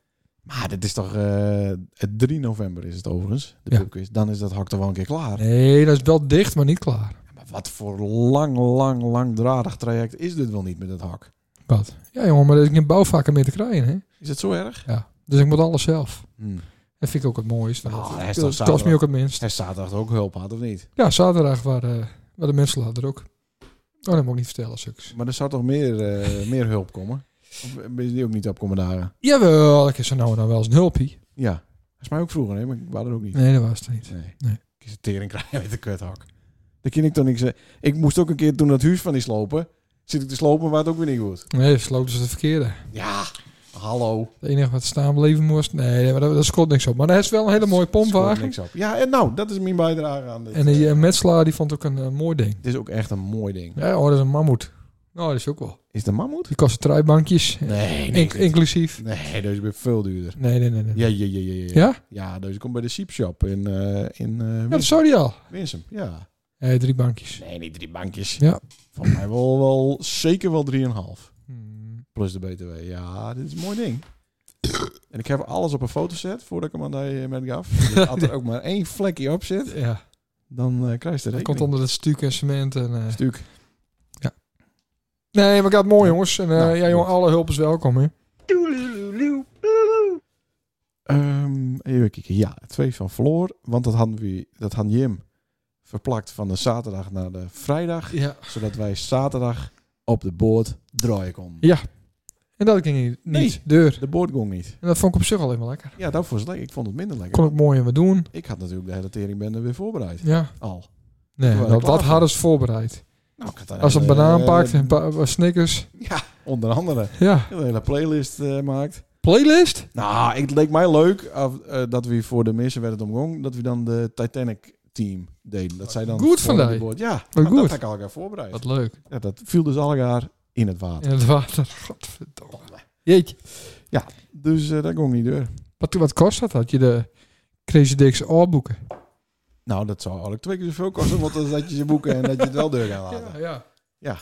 Maar dit is toch... eh, het 3 november is het overigens, de
Ja.
pubquiz. Dan is dat hak toch wel een keer klaar.
Nee, dat is wel dicht, maar niet klaar.
Ja, maar wat voor lang, lang, langdradig traject is dit wel niet met het hak?
Wat? Ja, jongen, maar er is geen bouwvakker meer te krijgen, hè?
Is het zo erg?
Ja. Dus ik moet alles zelf.
Hm.
Dat vind ik ook het mooiste.
Ah, hij
Dat-
is toch
dat kost
zaterdag.
me ook het minst.
Hij staat achter ook hulp had, of niet?
Ja, zaterdag waren, eh, waren de mensen later ook. Oh, dat moet ik niet vertellen, suks.
Maar er zou toch meer, eh, meer hulp komen? Of eh, ben je die ook niet op komen dagen?
Jawel, ik is er nou en dan wel eens een hulpie.
Ja. Dat is mij ook vroeger, hè? maar ik was er ook niet.
Nee, dat was het niet.
Nee.
Nee.
Ik is een tering krijgen met een kuthak. Dat kan ik toch niks zeggen. Ik moest ook een keer toen dat huis van die slopen. Zit ik te slopen, maar het ook weer niet goed.
Nee, dat sloot dus de verkeerde.
Ja, hallo.
Het enige wat staan bleven moest. Nee, maar dat, dat scoort niks op. Maar hij is wel een hele mooie
Schoot
pompwagen.
niks op. Ja, en nou, dat is mijn bijdrage aan dit.
En die eh, metselaar die vond ook een eh, mooi ding.
Het is ook echt een mooi ding.
Ja, oh, dat is een mammoet. Nou, dat is ook wel.
Is de mammoet?
Die kosten truibankjes.
Nee,
Inc- inclusief.
Nee, deze is veel duurder.
Nee, nee, nee. nee.
Ja, ja, ja, ja. Ja,
Ja?
ja deze komt bij de Sheep Shop in, eh in eh
Ja, dat
Winsum.
zou die al.
Winsum, ja.
Eh, drie bankjes.
Nee, niet drie bankjes.
Ja.
Van mij wel, wel zeker wel 3,5.
Hmm.
Plus de BTW. Ja, dit is een mooi ding. En ik heb alles op een foto gezet voordat ik hem aan de met gaf. Dus als er ook maar één vlekje op zit,
Ja,
dan eh, krijg je de
dat komt
rekening.
onder het stuk en cement. En, eh,
Stuk.
Nee, maar gaat mooi, jongens. En eh,
Nou,
ja, jongen,
goed.
alle hulp is welkom, hè.
Ehm, even kijken. Ja, twee van Floor. Want dat hadden we, dat had Jim verplakt van de zaterdag naar de vrijdag.
Ja.
Zodat wij zaterdag op de boord draaien konden.
En dat ging niet.
Nee.
niet. Deur.
De boord ging niet.
En dat vond ik op zich al helemaal lekker.
Ja, dat was lekker. Ik vond het minder lekker.
Kon ik mooi aan wat doen.
Ik had natuurlijk de hele teringbende weer voorbereid.
Ja.
Al.
Nee,
Toen waren
nou,
we
dat
klaar
hadden ze voorbereid.
Nou, ik had daar
Als ze een
hele-
banaan pakt, een
eh,
paar snickers.
Onder andere.
Ja.
Een hele playlist eh, maakt.
Playlist?
Nou, ik- het leek mij leuk af- eh, dat we voor de mensen werd het omgong, dat we dan de Titanic team deden. Dat zij dan
Goed van
voor
die.
de boord- Ja,
Wat
maar
goed.
dat had ik al elkaar voorbereid.
Wat leuk.
Ja, dat viel dus al elkaar in het water.
In het water. Godverdomme. Jeetje.
Dus eh, dat ging niet door.
Wat, wat kost dat? Had je de Crazy Dicks oorboeken?
Nou, dat zou eigenlijk twee keer zoveel kosten, want als dat je ze boeken en dat je het wel deur gaat laten.
ja.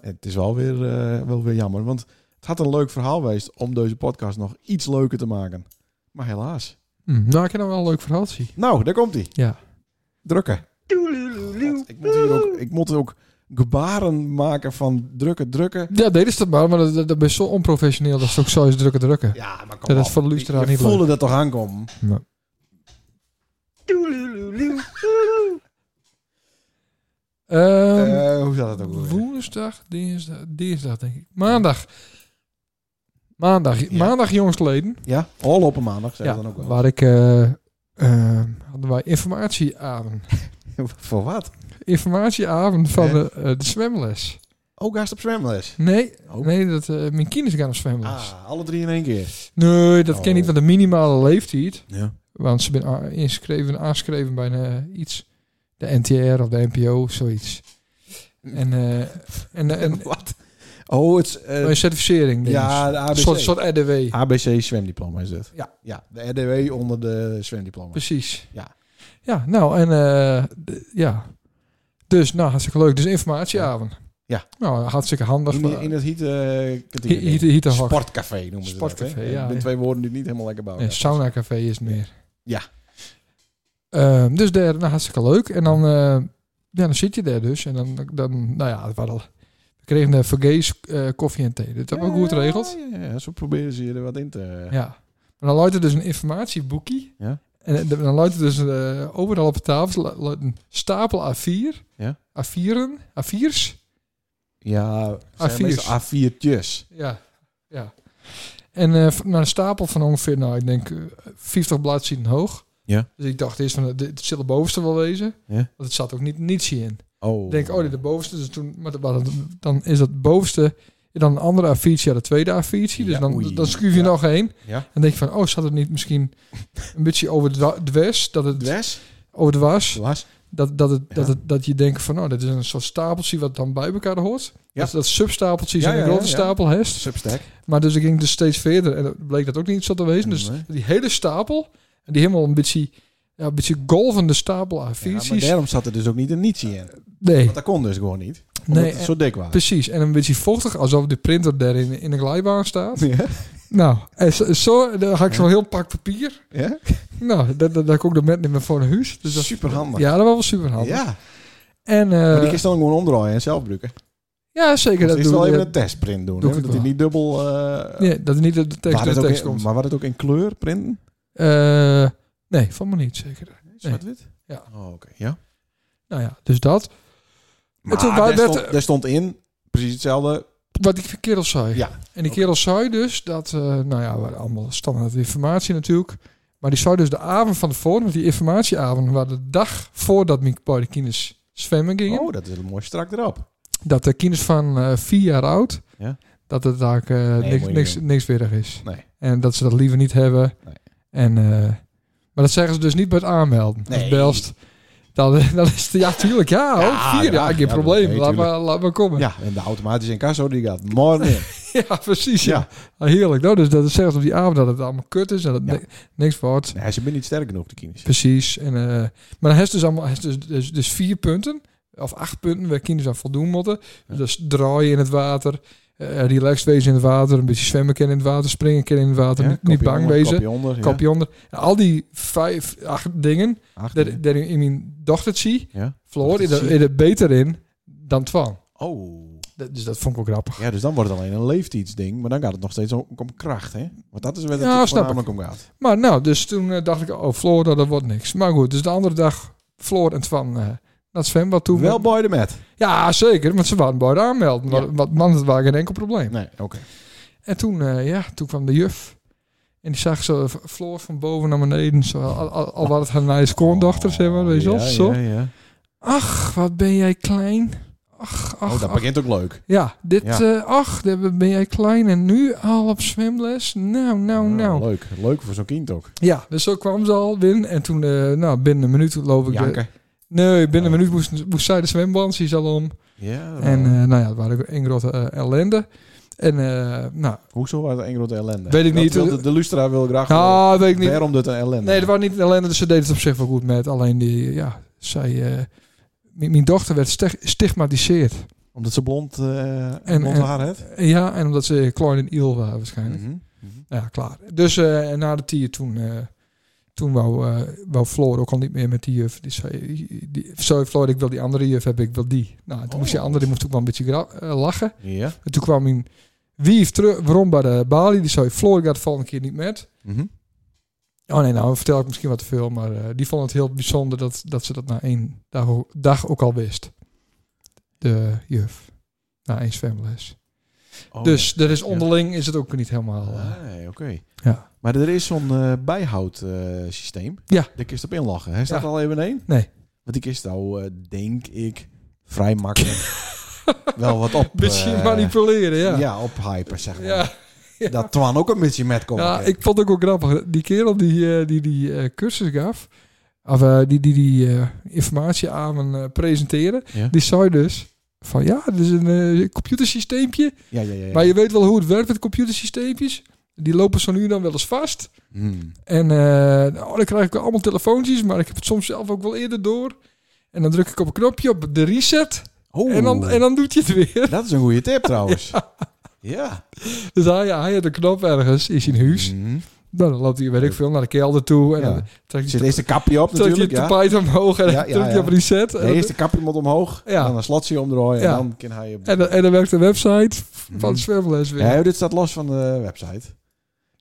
Het is wel weer, eh, wel weer jammer, want het had een leuk verhaal geweest om deze podcast nog iets leuker te maken. Maar helaas.
Hm, nou, ik heb nog wel een leuk verhaal zien.
Nou, daar komt hij.
Ja.
Drukken. God, ik moet hier ook, ik moet ook gebaren maken van drukken, drukken.
Ja, deden ze dat maar, maar dat, dat, dat is zo onprofessioneel dat ze ook zo eens drukken drukken.
Ja, maar
Dat is voor de luisteraar niet
Je voelde dat toch aankomen?
Ja. Ehm,
Eh, hoe zat het ook alweer?
woensdag, dinsdag, dinsdag denk ik. Maandag. Maandag,
Ja.
maandag jongsleden.
Ja, al op een maandag, zeg
Ja,
dan ook wel.
waar ik, eh, ehm, hadden wij informatieavond.
Voor wat?
Informatieavond van
Eh?
de, eh, de zwemles.
Ook gast op zwemles.
Nee,
Oh.
nee dat, eh, mijn kinderen gaan op zwemles.
Ah, alle drie in één keer.
Nee, dat ken
Oh.
niet, want de minimale leeftijd.
Ja.
Want ze zijn a- inschreven, aangeschreven bij een, eh, iets. De NTR of de NPO, zoiets. En, eh, en, en
wat? Oh, het is, eh,
bij een certificering. denk ik.
ja, de
Een soort,
ABC.
soort RDW.
ABC zwemdiploma is het.
Ja. Dus-
Ja, de RDW onder de zwemdiploma.
Precies.
Ja.
Ja, nou en eh, d- ja. Dus nou, hartstikke leuk. Dus informatieavond.
Ja.
Nou, hartstikke handig.
In,
maar-
in het hiet, eh
Hi-
categorie.
Hiet hiet een hok.
Sportcafé noemen ze dat.
Sportcafé,
hè? Eh,
ja,
De
ja.
twee woorden die niet helemaal lekker bouwen.
Nee, sauna café is het meer.
Ja.
Ehm, dus daar, nou, hartstikke leuk. En dan, eh, ja, dan zit je daar dus. En dan, dan nou ja, het waren al, we kregen de vergees eh, koffie en thee. Dat hebben we ook goed geregeld.
Ja, ja, ja, zo proberen ze je er wat in te...
Ja. Maar dan luidt er dus een informatieboekie.
Ja.
En eh, dan luidt er dus eh, overal op de tafel lu- luidt een stapel A4.
Ja.
A4'en. A4's.
Ja, zijn
A4's.
meestal A4'tjes.
Ja, ja. En eh, v- naar een stapel van ongeveer, nou, ik denk eh, 50 bladzijden hoog.
Ja.
Dus ik dacht eerst van, eh, dit dit zal de bovenste wel wezen.
Ja.
Want het zat ook niet niets in.
Oh.
Ik denk, oh, dit is de bovenste. Dus toen, maar dat- maar dat- dan is dat bovenste dan een andere affiche, ja, de tweede affiche. Dus
Ja,
dan,
oei.
dan schuif je
Ja.
nog heen.
Ja.
En denk je van, oh, zat het niet misschien een beetje over de wa- de west? Dat het
Dwes?
over de was?
Was?
Dat, dat, het,
Ja.
dat, het, dat je denkt van, oh, dit is een soort stapeltje wat dan bij elkaar hoort.
Ja.
Dat, dat substapeltje
Ja,
zijn
ja,
een
ja,
grote
ja.
stapel heeft.
Substack.
Maar dus ik ging dus steeds verder en dat bleek dat ook niet zo te wezen. Dus
Nee.
die hele stapel, en die helemaal een beetje, ja, een beetje golvende stapel aan
Ja,
viertjes.
maar daarom zat er dus ook niet een nietje in.
nee,
Want dat kon dus gewoon niet. Omdat
Eh, nee eh,
het
en-
zo dik was.
precies. En een beetje vochtig, alsof de printer daar in, in de glijbaan staat.
Ja?
Nou, en zo- zo, dan had ik zo'n heel pak papier.
Ja?
Nou, dat, dat, dat kon ik dan met niet meer voor naar huis. Dus dat,
Super handig.
ja, dat was wel super handig.
Ja.
En, eh,
maar die kun je dan gewoon omdraaien en zelf gebruiken.
ja, zeker.
Dat
Dat
is wel
doe,
even
dat,
een testprint doen.
eh, doe
hè,
ik
Dat
wel.
hij niet dubbel... eh,
nee, dat niet de tekst
waar
door
het
de
ook
tekst
in-
komt.
maar waar het ook in kleur printen?
Eh, nee, van me niet, zeker.
Zwart-wit?
Ja.
Oh, oké. Ja.
Nou ja, dus dat.
Maar
toen waren
daar,
dat-
stond, daar stond in, precies hetzelfde.
Wat die kerel zei.
Ja,
En die kerel zei dus dat, eh, nou ja, waren allemaal standaard informatie natuurlijk. Maar die zou dus de avond van tevoren, want die informatieavond, waar de dag voordat mijn bij de kinders zwemmen gingen,
Oh, dat is mooi strak erop.
dat de kinders van eh, vier jaar oud,
Ja.
dat het daar eh,
moet je
niks,
niet
niks,
doen.
niks weerig is.
Nee.
En dat ze dat liever niet hebben.
Nee.
En, eh, maar dat zeggen ze dus niet bij het aanmelden. Als
Nee.
belst, dan, dan is het, ja tuurlijk, ja,
Ja,
oh,
ja,
vier jaar, geen
ja,
probleem,
nee,
laat,
tuurlijk.
maar, laat maar komen.
Ja, en de automatische incasso die gaat morgen in.
Ja, precies. Ja.
Ja.
Heerlijk. Nou, dus dat is zelfs op die avond dat het allemaal kut is en dat
Ja.
ni- niks wordt.
Nee, ze zijn niet sterk genoeg, de kines.
Precies. En, eh, maar dan heeft dus allemaal heeft dus, dus, dus vier punten of acht punten waar kinderen aan voldoen moeten.
Ja.
Dus draaien in het water, eh, relaxed wezen in het water, een beetje zwemmen kunnen in het water, springen kunnen in het water,
Ja,
niet,
kopje
niet bang
onder,
wezen.
Kopje onder.
Kopje onder. Al die vijf, acht dingen,
ja. Achter,
daar daar in mijn dochtertje,
ja.
Floor, is
Dochtertje.
er- is er beter in dan Twan.
Oh.
Dat- Dus dat vond ik wel grappig.
Ja, dus dan wordt het alleen een leeftijdsding. Maar dan gaat het nog steeds om, om kracht, hè? Want dat is waar het
Ja, snap
voornamelijk om gaat.
Maar nou, dus toen eh, dacht ik, oh, Floor, dat, dat wordt niks. Maar goed, dus de andere dag, Floor en Twan eh, naar het zwembad toe.
Wel boy de met.
Ja, zeker, want ze waren bij de aanmelden.
Ja.
Want Want man, dat waren geen enkel probleem.
Nee, oké.
En toen, eh, ja, toen kwam de juf. En die zag zo Floor van boven naar beneden. Zo, al, al, al wat het haar nice schoondochter, zeg maar. Weet je wel,
Oh, Ja,
zo.
Ja, ja.
Ach, wat ben jij klein. Ach, ach,
Oh, dat
ach.
begint ook leuk.
Ja, dit,
Ja.
eh, ach, daar ben jij klein. En nu al op zwemles? Nou, nou,
Ah,
nou.
Leuk. Leuk voor zo'n kind ook.
Ja, dus zo kwam ze al binnen. En toen, eh, nou, binnen een minuut loop ik... de-
Janken.
Nee, binnen een minuut moest, moest zij de zwemband, is al om.
Ja.
En
wel.
eh, nou ja, het waren ook een grote eh, ellende. En eh, nou,
Hoezo was het een grote ellende?
Weet ik
Dat
niet.
wil de, de Lustra wil graag horen
nou, weet ik niet.
waarom dit een ellende
Nee,
was.
er waren niet een ellende, dus ze deed het op zich wel goed met. Alleen die, eh, ja, zij... eh, mijn mijn dochter werd steg- stigmatiseerd.
Omdat ze blond, eh
En-
blond
en-
haar heeft?
Eh, Ja, en omdat ze klein en iel waren waarschijnlijk.
Mhm, mhm.
Ja, klaar. Dus eh, en na de tier toen, eh, toen wou, eh wou Floor ook al niet meer met die juf. Die zei, die, sorry Floor, ik wil die andere juf hebben, ik wil die. Nou, toen
Oh.
moest die andere, die moest ook wel een beetje gra- eh, lachen.
Ja.
En toen kwam mijn wief terug, waarom bij de balie. Die zei, Floor, ik ga de volgende keer niet met.
Mhm.
Oh nee, nou vertel ik misschien wat te veel. Maar eh, die vond het heel bijzonder dat, dat ze dat na één dag, o- dag ook al wist. De juf. Na één zwemles.
Oh,
dus er is onderling is het ook niet helemaal... eh,
ja. Nee, Ah, oké.
Ja.
Maar er is zo'n eh, bijhoudsysteem.
Ja.
Daar kun je op inlachen. Hij staat
Ja.
al even één?
Nee.
Want die kist nou, eh, denk ik, vrij makkelijk wel wat op...
Beetje
eh,
manipuleren, ja.
Ja, op hyper, zeg maar.
Ja, ja.
Dat Twan ook een beetje met komt.
ja, ik vond het ook wel grappig. Die kerel die eh, die, die eh, cursus gaf, of eh, die die, die eh, informatie aan me eh, presenteerde,
Ja.
die zei dus van ja, het is een eh, computersysteempje,
Ja, ja, ja. ja.
maar je weet wel hoe het werkt met computersysteempjes. Die lopen zo nu en dan wel eens vast.
Hmm.
En eh, nou, dan krijg ik allemaal telefoontjes, maar ik heb het soms zelf ook wel eerder door. En dan druk ik op een knopje op de reset.
Oh,
En dan, en dan doet hij het weer.
dat is een goede tip trouwens. ja.
Dus hij, hij had een knop ergens in zijn huis.
Mhm.
Nou, dan loopt hij, weet ik veel, naar de kelder toe. En
Ja.
dan trekt
Zit
hij
eerst de kapje op
trekt hij het
natuurlijk. Ja.
tapijt omhoog en
Ja,
dan
ja,
drukt hij
ja.
op reset. En,
De eerste kapje moet omhoog.
Ja.
Dan een slotje omdraaien.
Ja.
En dan kan hij... Op...
en, dan- en dan werkt de website van
Mhm.
de zwemles weer.
Ja, dit staat los van de website. Eh,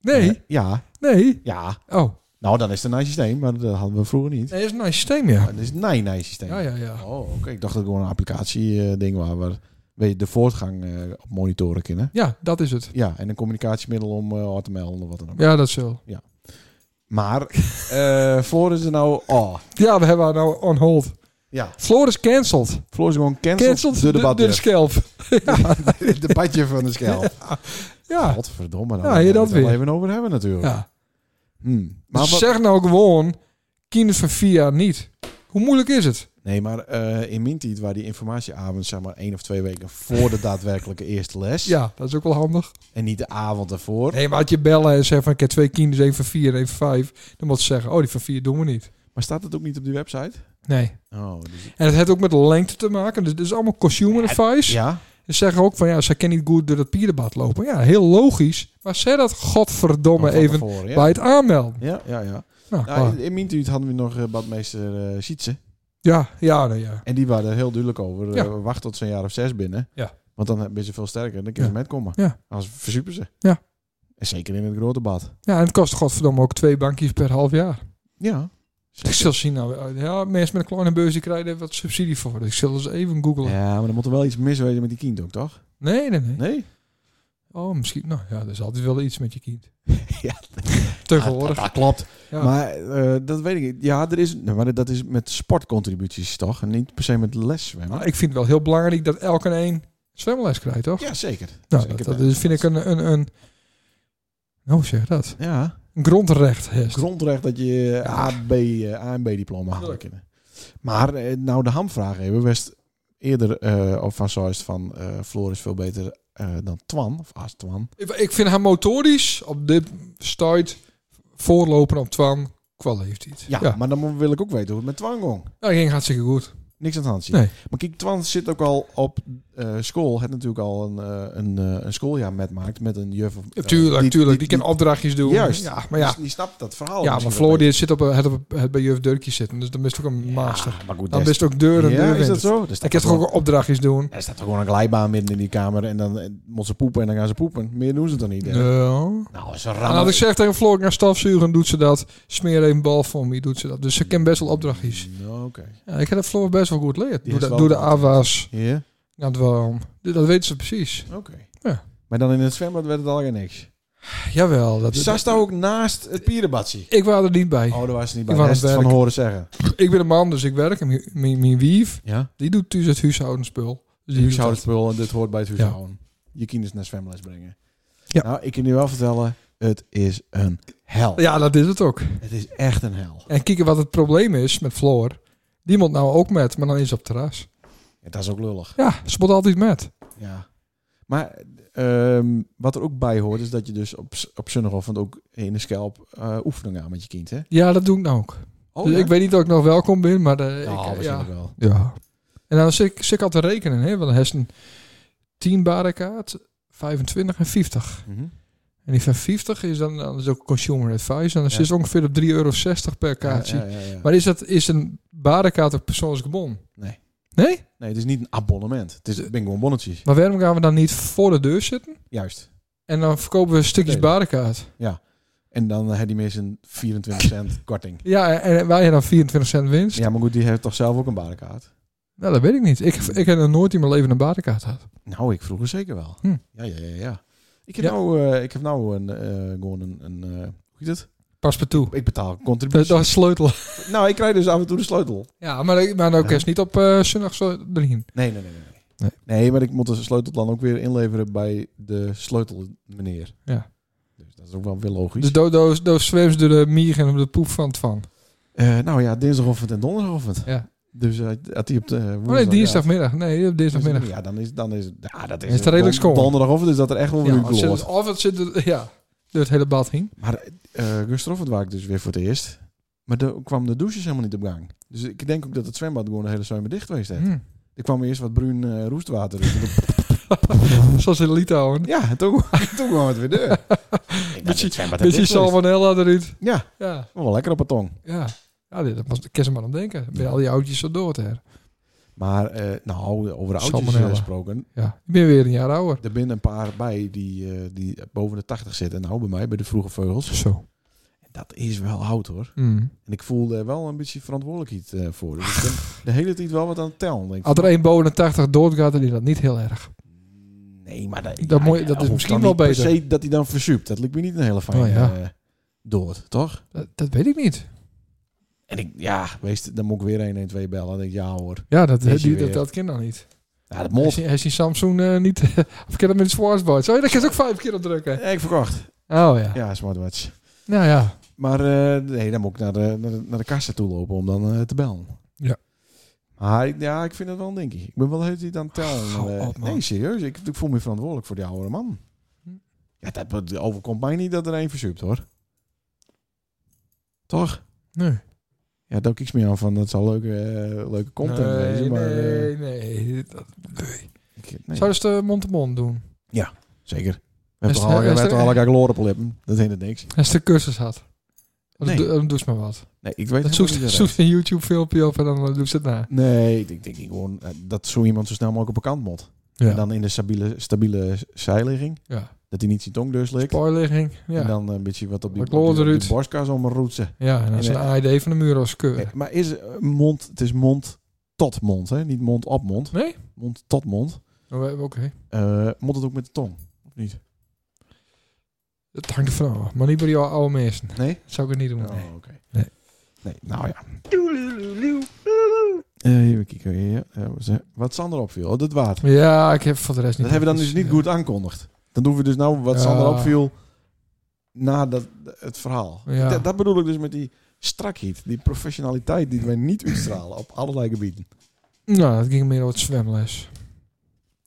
Nee,
Ja,
nee.
ja.
Oh,
Nou, dan is het een nice systeem, maar dat hadden we vroeger niet.
nee, dat is een nice systeem, ja.
Maar Dat is een nice, nice systeem.
Ja, ja, ja.
Oh, oké. Ik dacht dat het gewoon een applicatie-ding was waar weet je, de voortgang eh, op monitoren kunnen.
Ja, dat is het.
Ja, en een communicatiemiddel om eh hard te melden of wat dan ook.
Ja, dat is zo.
Maar, eh Floor is er nou... Oh,
Ja, we hebben haar nou on hold.
ja.
Floor is cancelled.
Floor is gewoon cancelled,
Cancelled
de
de,
debat.
de,
De,
scalp.
debatje van de schelp.
Ja,
Godverdomme. Nou,
Ja,
daar
hier
gaan
dat
we het wel
weer.
even over hebben natuurlijk.
ja.
Hm. Maar
Maar
wat-
zeg nou gewoon, kinderen van vier jaar niet. Hoe moeilijk is het?
Nee, maar eh, in Mintiet, waar die informatieavond zeg maar één of twee weken voor de daadwerkelijke eerste les...
Ja, dat is ook wel handig.
en niet de avond ervoor...
Nee, maar als je bellen en zeggen van ik heb twee kinderen, één van vier en één van vijf. Dan moet ze zeggen, oh die van vier doen we niet.
Maar staat het ook niet op die website?
Nee.
Oh, dus-
En het heeft ook met lengte te maken. Dus dit is allemaal consumer advice.
ja.
Ze zeggen ook van ja, ze kan niet goed door dat pierenbad lopen. Ja, heel logisch. Maar zeg dat godverdomme
Van
even
tevoren, ja.
bij het aanmelden.
Ja, ja, ja.
Nou,
Nou,
klaar.
in- in Mintuut hadden we nog eh, badmeester eh Sietse.
Ja, ja, nee, ja.
En die waren er heel duidelijk over.
Ja.
Eh, wacht tot ze een jaar of zes binnen.
Ja.
Want dan ben je veel sterker. en Dan kunnen
Ja.
ze met komen.
Ja.
Anders verzuipen ze.
Ja.
En zeker in het grote bad.
Ja, en het kost godverdomme ook twee bankjes per half jaar.
Ja.
Ik zal zien, nou, ja, mensen met een kleine beurs die krijgen er wat subsidie voor. Dus ik zal eens even googlen.
Ja, maar dan moet er wel iets mis wezen met die kind ook, toch?
Nee, nee, nee,
Nee?
Oh, misschien, nou ja, er is altijd wel iets met je kind.
Ja.
Tegenwoordig.
dat klopt.
Ja.
Maar eh, dat weet ik niet. Ja, er is, nee, maar dat is met sportcontributies, toch? En niet per se met leszwemmen.
Maar ik vind het wel heel belangrijk dat elke een zwemles krijgt, toch?
Ja, zeker.
nou,
Zeker.
dat, dat is- vind ik een, een, een Nou, hoe zeg je dat?
Ja.
Een grondrecht. Hest.
grondrecht dat je eh,
Ja.
AB, eh, A en B diploma halen
Tuurlijk.
kunnen. Maar eh, nou de hamvraag hebben west eerder eh, of van zoals van eh Floor is veel beter eh, dan Twan of als Twan.
Ik, ik vind haar motorisch op dit stuit voorlopen op Twan qua leeftijd.
Ja, maar dan wil ik ook weten hoe het met Twan ging.
Ja, ging hartstikke goed.
Niks aan het handje.
Nee.
Maar kijk, Twan zit ook al op eh, school. Het natuurlijk al een, eh, een, eh, een schooljaar met maakt met een juf. Of,
Ja,
eh,
tuurlijk,
die-
tuurlijk. Die,
die-
kan opdrachtjes doen.
Juist. Dus
Ja, maar ja.
die, die snapt dat verhaal.
Ja, maar
misschien
Floor
wel
die zit op, een- het, op, het bij juf Durkje zitten. Dus dan is het ook een
beter.
master.
Ja, Ah, maar goed,
Dan
des-
is het ook deuren.
ja, is dat zo? Dus
Ik heb toch ook opdrachtjes doen?
Er staat toch gewoon een glijbaan midden in die kamer en dan eh, moet ze poepen en dan gaan ze poepen. Meer doen ze dan niet. hè?
Nou.
Nou, ze
En
rammen.
had ik zeg tegen Floor, ik ga stofzuigen, doet ze dat. Smeer even bal voor me, doet ze dat. Dus ze kan best wel opdrachtjes.
Nou, oké.
Ja, ik heb dat Floor best wel goed leren.
Die
Doe,
is
de-
wel
doe de
goed, ja.
afwas.
Ja,
Ja, wel. Dat weten ze precies.
oké.
Ja.
Maar dan in het zwembad werd het al geen niks.
Jawel. Dus Dat,
Zat daar ook naast het pierenbadje?
ik was er niet bij.
Oh, daar was ze niet bij.
Ik wou
Dat is
aan
het
het
van horen zeggen.
Ik ben een man, dus ik werk. En mijn- mijn mijn wief,
Ja?
die doet dus het huishoudenspul. Dus
Die
die
huishouden
doet
het spul en dit hoort bij het huishouden. Je kinders naar zwemles brengen.
Ja.
Nou, ik kan je wel vertellen, het is een hel.
dat. Ja, dat is het ook.
Het is echt een hel.
En kijken wat het probleem is met Floor. Die moet nou ook met, maar dan is ze op het terras.
Ja, dat is ook lullig.
Ja, ze moet altijd met.
Ja. Maar ehm, wat er ook bij hoort, is dat je dus op, z- op zondagavond ook in de schelp eh oefeningen aan met je kind, hè?
Ja, dat doe ik nou ook.
Oh,
dus
ja?
ik weet niet of ik nog welkom ben, maar eh,
Nou,
ik, eh, ja.
waarschijnlijk wel.
Ja. En dan zit ik, zit ik al te rekenen, hè? Want dan heeft een 10 barricade, 25 en 50.
Mhm.
En die van 50 is dan, dan is ook consumer advice. En dan
Ja.
zit ze ongeveer op 3,60 euro per kaartje.
Ja, ja, ja, ja.
Maar is, dat, is een barricade ook persoonsgebonden?
Nee.
Nee?
Nee, het is niet een abonnement. Het is ben gewoon bonnetjes.
Maar waarom gaan we dan niet voor de deur zitten?
Juist.
En dan verkopen we stukjes
Nee.
barricade.
En dan had die mensen een 24 cent korting.
Ja, en en wij hebben dan 24 cent winst.
Ja, maar goed, die heeft toch zelf ook een barricade?
Nou, dat weet ik niet. Ik, ik heb nog nooit in mijn leven een barricade gehad.
Nou, ik vroeger zeker wel.
Hm.
Ja, ja, ja, ja. Ik heb
Ja.
nou, eh, ik heb nou een, eh, gewoon een, een eh, hoe heet het?
Pas maar toe.
Ik betaal een
Dat,
contributie.
dat is sleutel.
Nou, ik krijg dus af en toe de sleutel.
Ja, maar, maar dan kan ze niet op eh zondag zo erin.
Nee, nee, nee, nee. nee.
Nee.
Nee. maar ik moet de sleutel dan ook weer inleveren bij de sleutelmeneer.
Ja.
Dus dat is ook wel weer logisch.
Dus dodo's do, zwemt door de mier en op de poep van het Oh, van.
Eh, nou ja, dinsdagochtend en donderdagochtend.
Ja.
Dus eh, had hij op de
Oh nee, dinsdagmiddag. Nee, op dinsdagmiddag.
Ja, dan is, dan is, ja, dat is,
Is het redelijk
don-
schoon?
Donderdagochtend is dat er echt wel weer
Ja,
een
of zit
kloot.
het, of het zit er, ja, door het hele bad heen.
Maar eh Gustav waar ik dus weer voor het eerst. Maar de, kwam de douches helemaal niet op gang. Dus ik denk ook dat het zwembad gewoon de hele zomer dicht geweest is.
Hm.
Er kwam eerst wat bruin eh, roestwater. in.
Zoals in Litouwen.
ja, en toen, toen kwam het weer deur. beetje
Beetje salmonella eruit.
Ja,
Ja,
wel lekker op het tong.
ja. Ja, dit, dat was, ik kan ze maar aan denken. Bij al die oudjes zo dood her.
Maar eh, nou, over de oudjes
Salmonella.
eh, gesproken.
Ja, ik ben weer een jaar ouder.
Er binnen een paar bij die, eh, die boven de 80 zitten. Nou, bij mij, bij de vroege vogels.
Zo.
Dat is wel oud hoor.
Hm.
En ik voel er wel een beetje verantwoordelijkheid eh, voor. Dus ik ben de hele tijd wel wat aan het tellen. Denk ik.
Als er één boven de 80 doodgaat, dan is dat niet heel erg.
Nee, maar dat,
Dat moet- dat is
hoeft
misschien
dan
wel
niet per
beter.
se dat hij dan versupt. Dat lijkt me niet een hele fijne
Oh, ja.
eh, dood, toch?
Dat, dat weet ik niet.
En ik, ja, wees, dan moet ik weer 112 bellen. Dan denk ik, ja hoor.
Ja, dat,
Is
die,
je
dat,
weer.
dat kan dan niet.
Ja, dat
Hij
moet.
is- Hij is die Samsung eh, niet... of kan dat met een smartwatch? Oh, ja, daar kan je ook vijf keer op drukken.
Ja, ik verkocht.
Oh ja.
Ja, smartwatch.
Nou ja.
Maar eh, nee, dan moet ik naar de, naar de, naar de kassa toe lopen om dan eh, te bellen.
Ja.
Maar ik- ja, ik vind dat wel een dingetje. Ik ben wel heel niet aan het tellen.
Gauw
eh,
op, man.
nee, serieus. Ik, ik voel me verantwoordelijk voor die oude man.
Hm.
Ja, dat dat overkomt mij niet dat er één versupt hoor. Toch?
Nee.
Ja, daar kies ik me aan van. Dat zal leuke, eh, leuke content
nee,
wezen. Maar, eh,
nee, nee. Dat, nee.
ik- nee,
Zou dus de mond-to-mond doen?
Zeker. We
Is
hebben toch
er-
al- we
is
hebben
er-
toch al elkaar gloren op lippen. Dat heet het niks.
Als de cursus had.
Nee.
Nee. Dan doe ze maar wat.
Nee, ik weet helemaal
Dat
niet
zoekt,
wat hij
zoekt een YouTube-filmpje op en dan eh, doet ze het na.
deed. Nee, ik denk, denk ik gewoon eh, dat zo iemand zo snel mogelijk op een kant moet.
Ja.
En dan in de stabiele, stabiele zijligging.
Ja.
Dat hij niet zijn tong dus likt.
Spoorligging. Ja.
En dan eh, een beetje wat op die,
Wat klopt
op die- op die
eruit.
borstkas om roetsen.
ja, en dan is
En,
een AID van de muur als keur.
Eh, Maar is eh, mond, het is mond tot mond, hè? Niet mond op mond.
Nee?
Mond tot mond.
Oh, we- Oké.
Eh, moet het ook met de tong?
Dat hangt ervan af. Maar niet bij die oude mensen.
Nee?
Dat zou ik het niet doen.
Oh,
nee.
oké.
Nee.
Nee, nou ja. Eh, even kijken. Ja, ja, wat ze- wat Sander opviel, oh, dat waard.
Ja, ik heb voor de rest niet.
Dat hebben we dan
iets,
dus niet
ja.
goed aankondigd. Dan doen we dus nou wat Sander
Ja.
opviel na dat, het verhaal.
Ja.
Dat, dat bedoel ik dus met die strakheid, die professionaliteit die wij niet uitstralen op allerlei gebieden.
Nou, het ging meer over het zwemles.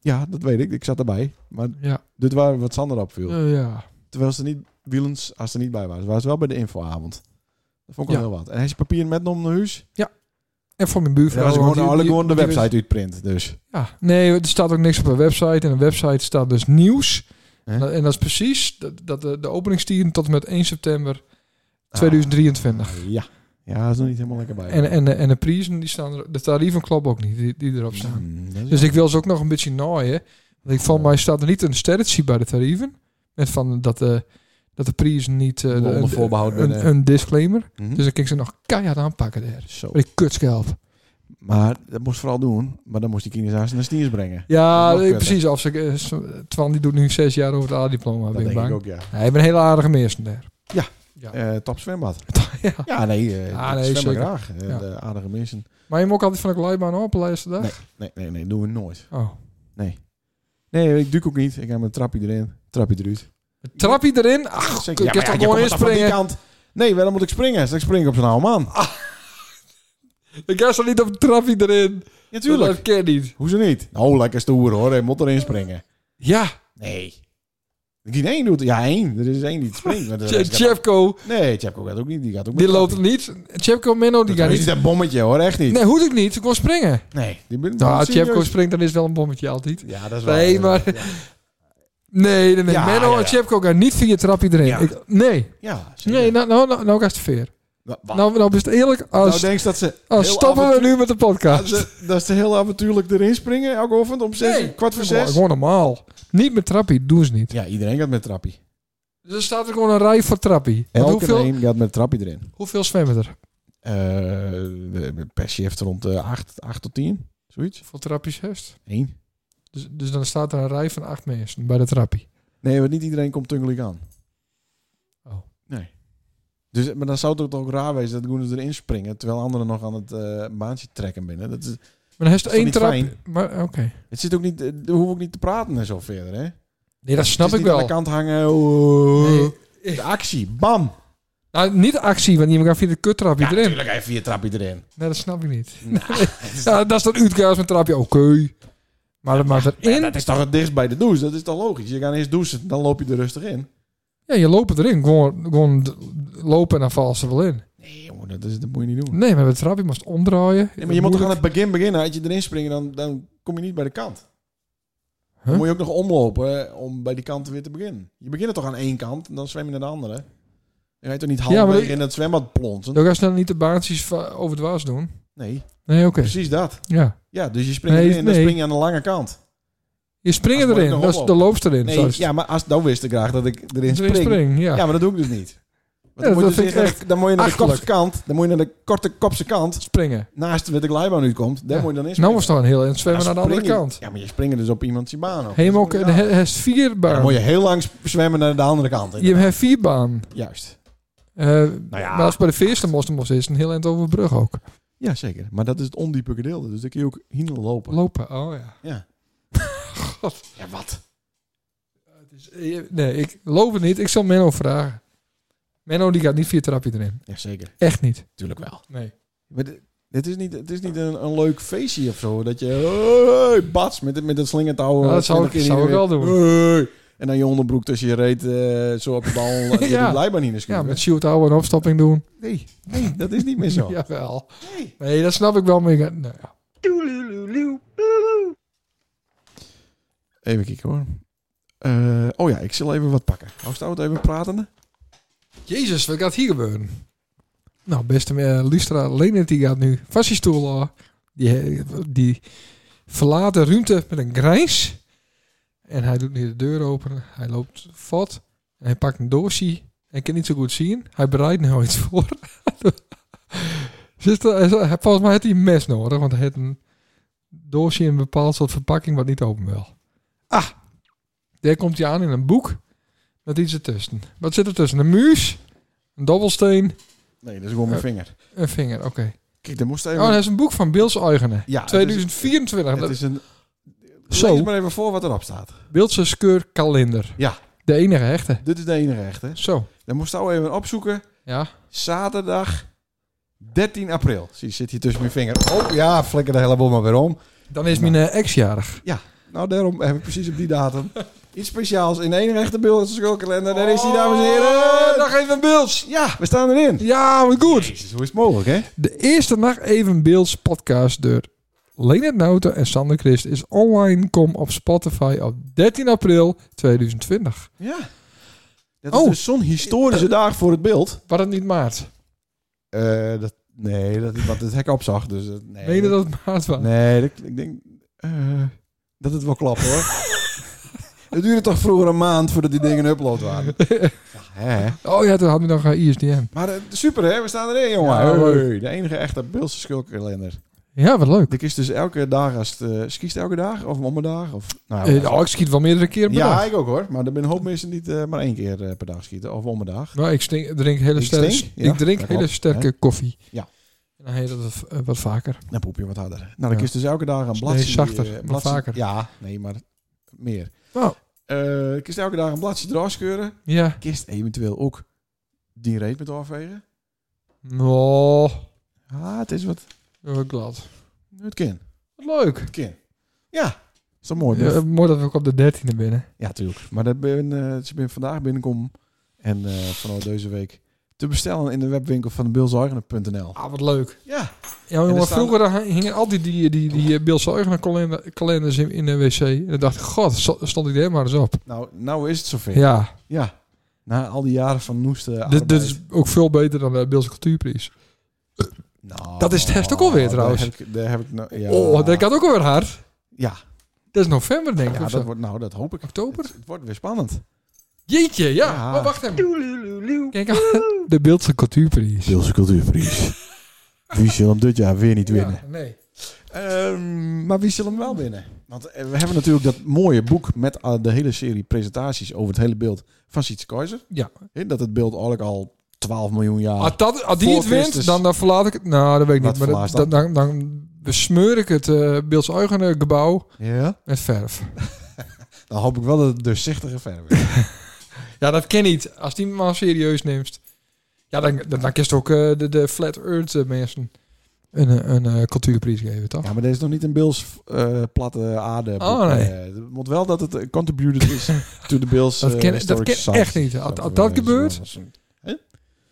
Ja, dat weet ik. Ik zat erbij. Maar
Ja.
dit waren wat Sander opviel.
Eh, ja.
Terwijl ze niet, Wielens, als ze niet bij waren, waren ze wel bij de infoavond. Dat vond ik wel
Ja.
heel wat. En hij is papier metgenomen naar huis.
En voor
En dan
mijn buurvrouw.
was gewoon,
want die-
nou,
die-
gewoon de
die-
website uitprint. Dus.
Ja, nee, er staat ook niks op een website. En de website staat dus nieuws.
Hè?
En dat- En dat is precies dat, dat de, de openingstien tot en met 1 september 2023.
Nou, Ja. Ah. Ja, dat is nog niet helemaal lekker bij.
En, en, de- en de prijzen, die staan er, de tarieven kloppen ook niet, die, die erop staan.
Mm, dat is
Dus ik wil ze ook nog een beetje naaien. Want ik, van mij staat er niet een sterretje bij de tarieven. Met van dat de, dat de prijzen niet... eh, de-
Onder voorbehoud
een,
binnen.
een, disclaimer.
Mhm.
Dus dan kan ik ze nog keihard aanpakken daar.
Zo.
Met die kutskelp.
dus- Maar dat moest vooral doen. Maar dan moest die kinderen zijn naar stiers brengen.
Ja,
Dat is nog
eh, precies. Als ik, eh, s- Twan die doet nu zes jaar over het A-diploma.
Dat
Ben ik
denk
bang.
ik ook, ja.
Hij heeft een hele aardige meester daar.
Eh top zwembad.
ja.
Ja, nee. eh
Ah, nee,
zwemmen
zeker.
graag. Eh,
Ja.
de aardige mensen.
Maar je hem ook altijd van de glijbaan op de laatste dag?
Nee, nee, nee. Doen we nooit.
Oh.
Nee, ik duik ook niet. Ik heb mijn trapje erin. Trapje eruit.
Trap je erin? Ah, Ach,
Zeker.
kun je
Ja, maar
toch
ja,
gewoon
je komt toch van die
inspringen?
kant? Nee, waarom moet ik springen? Straks spring ik op zo'n oude man.
Ah, Ik ga zo niet op trap je erin.
Natuurlijk.
Dat ken niet.
Hoezo niet? Nou, lekker stoer hoor. Hij moet erin springen.
Ja,
Nee. Geen één doet Ja, één. Er is één die het springt. maar de
Tje-
rest gaat-
Tjepko,
Nee, Tjepko gaat ook niet. Die gaat ook
die
met-
loopt er niet. Tjepko Menno, die
Dat
gaat
is niet
niet.
dat bommetje hoor, echt niet.
Nee, hoef ik niet. Ik kon springen.
Nee, die ben
Nou,
dat
als
zie je
Tjepko
juist.
springt, dan is wel een bommetje altijd.
Ja, dat is wel.
Nee, maar... Nee, nee, nee.
Ja,
Menno
ja, ja.
en Tjepko gaan niet via trap je erin.
Ja.
Ik- nee.
Ja, zeker.
Nee, nou, nou, nou, nou ga je te ver.
Wa- wa- nou,
Nou, nou best eerlijk. Als,
denk je dat ze.
als
heel
stoppen we
avontu-
nu met de
Dat
podcast.
ze, dat ze heel avontuurlijk erin springen elke ochtend om zes,
Nee.
kwart voor
Gewoon-
zes.
Gewoon normaal. Niet met trappie, doen ze niet.
Ja, iedereen gaat met trappie.
Dus er staat er gewoon een rij voor trappie. Want
Elke
hoeveel,
een gaat met trappie erin.
hoeveel zwemmen er?
Eh per shift rond de acht, acht tot tien, zoiets.
Voor trappies heeft.
Eén.
Dus, dus dan staat er een rij van acht mensen bij de trappie.
Nee, want niet iedereen komt tungelijk aan.
Oh.
Nee. Dus, maar dan zou het toch ook raar wezen dat Goeners erin springen, terwijl anderen nog aan het eh, baantje trekken binnen. Dat is,
Maar dan heeft
Is dat
één
niet
trap.
fijn?
Maar oké.
het zit ook niet, eh, er hoef ook niet te praten en zo verder, hè?
Nee, dat snap
Het is
ik
niet
wel.
aan de kant hangen. oh,
Nee.
De actie, bam.
Nou, niet actie, want je gaat via de kuttrapje
Ja,
erin.
natuurlijk even je trapje erin.
Nee, dat snap ik niet. Ja, dat is dan uitgaas met trapje. Oké. Maar dat maakt
Ja,
erin.
dat is toch het dichtst bij de douche. Dat is toch logisch. Je gaat eerst douchen, dan loop je er rustig in.
Ja, je loopt erin. Gewoon, gewoon d- lopen en dan valt ze wel in.
Nee, jongen, dat, is, dat moet je niet doen.
Nee, maar met de trapje moest omdraaien.
Nee, maar je moet toch aan
Moeilijk.
het begin beginnen. Als je erin springt, dan, dan kom je niet bij de kant.
Huh?
Dan moet je ook nog omlopen hè, om bij die kant weer te beginnen. Je begint er toch aan één kant en dan zwem je naar de andere. Dan ga je toch niet halverwege
ik-
in het zwembad plonsen?
Dan ga je dan niet de baantjes va- over het was doen.
Nee,
Nee, oké.
precies dat.
Ja.
Ja, dus je springt
Nee,
erin en dan
nee.
spring je aan de lange kant.
Je springt
Als
erin.
moet ik
Dat
nog
is, dan
oplopen.
loopst erin.
Nee,
Zo is het.
ja, maar als, dan wist ik graag dat ik erin
Erin
spring.
springen, ja.
Ja. maar dat doe ik dus niet. Want
Ja,
dan, moet
dat
je dus
vind ik
eerst naar de- dan moet je naar de
achterlijk.
kopse kant. Dan moet je naar de korte kopse kant.
Springen.
Naast waar de glijbaan nu komt. Daar
Ja.
moet je dan in
Nou
springen.
was het dan heel en zwemmen
Dan
naar de andere
spring je-
kant.
Ja, maar je springt dus op iemand zijn baan. op.
Helemaal
Dat is
de
inderdaad.
he- heeft vier
Dan
baan.
moet je heel lang sp- zwemmen naar de andere kant.
je hebt vier baan.
Juist.
Eh,
Nou ja.
Maar als het bij de eerste moest, dan moest eerst een heel eind over de brug ook.
Ja, zeker. Maar dat is het ondiepe gedeelte. Dus dan kun je ook heen lopen.
Lopen, oh ja.
ja.
God.
Ja, wat?
Dus, eh, Nee, ik loop het niet. Ik zal Menno vragen. Menno die gaat niet via het trapje erin.
Ja, zeker.
Echt niet.
Tuurlijk wel.
Nee.
Maar dit, dit is niet, het is niet een, een leuk feestje of zo. Dat je... Hey, bats, met, het- met dat slingertouw.
Nou, dat zou ik-
twintig keer
zou ik
iedereen-
wel
Hey. En dan je onderbroek tussen je reet eh, zo op de bal. ja.
Ja.
Die blijkbaar niet eens
Ja, met
kunnen.
shoot houden en opstopping doen.
Nee, nee, dat is niet meer zo.
Jawel.
Nee.
Nee, dat snap ik wel. Maar ik, nou, ja.
Even kijken hoor. Eh, oh ja, ik zal even wat pakken. Hou stout even pratende.
Jezus, wat gaat hier gebeuren? Nou, beste eh, Lustra, Lena die gaat nu vast die stoel af. Die, eh, die verlaten ruimte met een grijns. En hij doet nu de deur open. Hij loopt vat. En hij pakt een doosje. Hij kan niet zo goed zien. Hij bereidt nou iets voor. Zit er- hij- Volgens mij had hij een mes nodig. Want hij had een doosje in een bepaald soort verpakking wat niet open wil. Ah, daar komt hij aan in een boek. Met iets ertussen. Wat zit er tussen? Een muus, een dobbelsteen,
Nee, dat is gewoon mijn
Eh,
vinger.
een vinger. Oké.
Kijk, daar moest even...
Oh, dat is een boek van Bils Eigenen.
Ja, dus het is-
2024.
het is een...
Zo.
Lees maar even voor wat erop staat.
Beeldse Skeurkalender.
Ja.
De enige echte.
Dit is de enige echt, hè?
Zo.
Dan moest je even opzoeken.
Ja.
Zaterdag 13 april. Zie, zit hier tussen mijn vinger. Oh ja, flikker de hele boel maar weer om.
Dan is mijn eh, ex jarig.
Nou, daarom heb ik precies op die datum iets speciaals in de enige echte beeld. schoolkalender. Daar is hij, dames en heren.
Dag even Beels.
Ja, we staan erin.
Ja, wat goed.
Jezus, hoe is het mogelijk, hè?
De eerste nacht even Beels podcast door Leonard Nouten en Sander Christ is online. Kom op Spotify op 13 april 2020.
Ja. Dat
Oh.
is dus zo'n historische dag voor het beeld.
Waar het niet maart.
Eh, dat, nee, dat, want het hek opzag. Dus, dat- nee,
Meen je dat het maart was?
Nee, dat- ik denk eh, dat het wel klopt, hoor. het duurde toch vroeger een maand voordat die dingen upload waren. ja, hè?
Oh ja, toen had ik nog een ISDM.
Maar eh, super, hè? We staan erin, jongen.
Ja, leuk.
Hey, de enige echte Beeldse schulkalender.
Ja, wat leuk.
Ik is dus elke dag als het... eh, skiest elke dag? Of om een dag? Of, nou,
Eh, oh, ik schiet wel meerdere keren per
ja,
dag.
ik ook hoor. Maar er zijn een hoop mensen die het eh, maar één keer eh, per dag schieten. Of om een dag.
Nou, ik stink- drink hele,
Ik
sterke,
stink? Ja,
ik drink
dat
hele
klopt,
sterke
hè?
koffie.
Ja.
En dan heet dat wat- eh, wat vaker.
Dan poep je wat harder. Nou, dan
Ja.
is dus elke dag een
Nee,
bladzijde.
zachter,
eh,
maar
bladzijde-
vaker.
Ja, nee, maar meer.
Oh.
Eh, ik is elke dag een bladzijde eraf scheuren.
Ja.
Kist eventueel ook die reet met afvegen.
Nou,
Ah, het is wat...
dat wordt glad.
Het kind.
Wat leuk.
Het kind. Ja. Is dat mooi, Biff?
Ja, eh, mooi dat we ook op de dertiende binnen.
Ja, tuurlijk. Maar dat ben, eh, ze ben vandaag binnenkomen en eh, vanaf deze week te bestellen in de webwinkel van bilzuigenen.nl.
Ah, wat leuk.
Ja,
Ja,
En er
jongen,
staan-
vroeger dan hingen altijd die, die, die, eh, Bill Zuigner kalender, kalenders in, in de wc. En dan dacht ik, god, zo- stond ik er maar eens op.
nou, nou is het zover. Ja.
Ja,
Na al die jaren van noeste
dit, dit is ook veel beter dan de Beelse Cultuurprijs. dat is het echt ook alweer trouwens.
Nou, Daar heb ik, daar heb ik nou, ja.
Oh, dat gaat ook alweer hard.
Ja,
Dat is november, denk ik.
ja
of
dat
zo.
wordt, nou, dat hoop ik.
Oktober?
Het, het wordt weer spannend.
Jeetje, ja.
Ja.
Oh, wacht even. Kijk, de Beeldse Cultuurprijs.
Bilse cultuurprijs. Wie zal hem dit jaar weer niet
Ja, nee.
Ehm, maar wie zal hem wel winnen? Want eh, we hebben natuurlijk dat mooie boek met eh, de hele serie presentaties over het hele beeld van Sietse Keizer.
Ja.
Hè, dat het beeld eigenlijk al 12 miljoen jaar...
Als, dat, als die
Voor
het wint,
Christus.
dan, dan verlaat ik het. Nou, Ah, dat weet ik
Wat
niet. Maar dat-
verlaat dan?
dan, dan, dan besmeur ik het eh Beels Eugener gebouw
ja?
met verf.
Dan hoop ik wel dat het doorzichtige verder is.
Ja, dat ken niet. Als die maar serieus neemt. Ja, dan, dan, dan kist ook eh, de, de Flat Earth eh, mensen een, eh, een eh, cultuurprijs geven, toch?
Ja, maar dit is nog niet een Bills eh, platte aarde. boek.
Oh, nee.
Eh, het moet wel dat het eh, contributed is to the Bills
Dat
eh,
ken- dat
Historic
ken
Society.
echt niet. Als-
Snap je
als
wel,
dat
is wel
gebeurt-
eens een-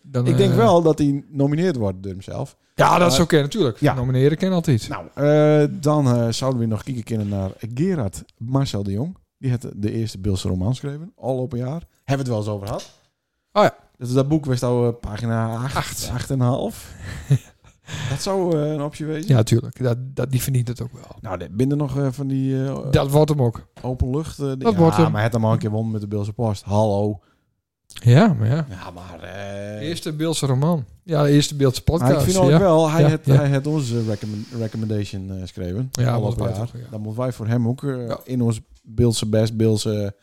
Dan,
Ik denk
eh,
wel dat hij nomineerd wordt door hemzelf.
Ja, dat is
Maar-
oké, natuurlijk.
Ja.
Nomineren ken altijd.
Nou, eh, dan eh, zouden we nog kijken kunnen naar Gerard Marcel de Jong. Die had de eerste Bilse roman geschreven, al op een jaar. Hebben we het wel eens over gehad.
Oh ja.
Dus dat boek was nou eh, pagina 8,
Acht.
8,5. dat zou eh, een optie wezen.
ja, natuurlijk. Dat, dat, die verdient het ook wel.
Nou, dit- binnen nog eh, van die eh,
Dat wordt hem ook.
open lucht. eh,
Dat
ja,
wordt hem.
maar het hem al een keer won met de Bilse Post. Hallo.
Ja, maar ja.
Ja, maar... eh,
Eerste Beeldse roman. Ja, de eerste Beeldse podcast.
maar ik vind ook
ja.
wel, hij
Ja,
had,
ja.
hij had onze recommend- recommendation eh geschreven.
Ja,
al
moeten
op een
wij
jaar.
toch, ja.
Dan moeten wij voor hem ook eh,
Ja.
in ons Beeldse best, Beeldse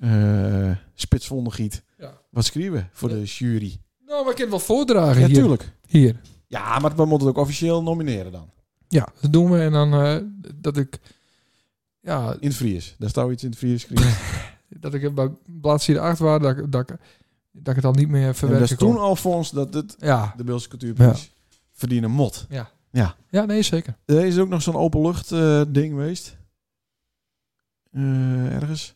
eh spitsvondigiet
Ja.
wat schrijven voor de jury.
Nou, maar ik kan het wel voordragen
Ja,
hier.
tuurlijk.
Hier.
Ja, maar we moeten het ook officieel nomineren dan.
Ja, dat doen we. En dan eh, dat ik... Ja,
In het Fries. Daar staat iets in het Fries geschreven.
dat ik bij bladzijde 8 was, dat, ik- dat, ik- dat ik het al niet meer
en dat is
verwerken
toen
kon.
al fonds dat het
Ja.
de Beeldse cultuurprijs verdienen mot.
ja, nee, zeker.
Er is ook nog zo'n openlucht eh ding geweest. Eh, ergens.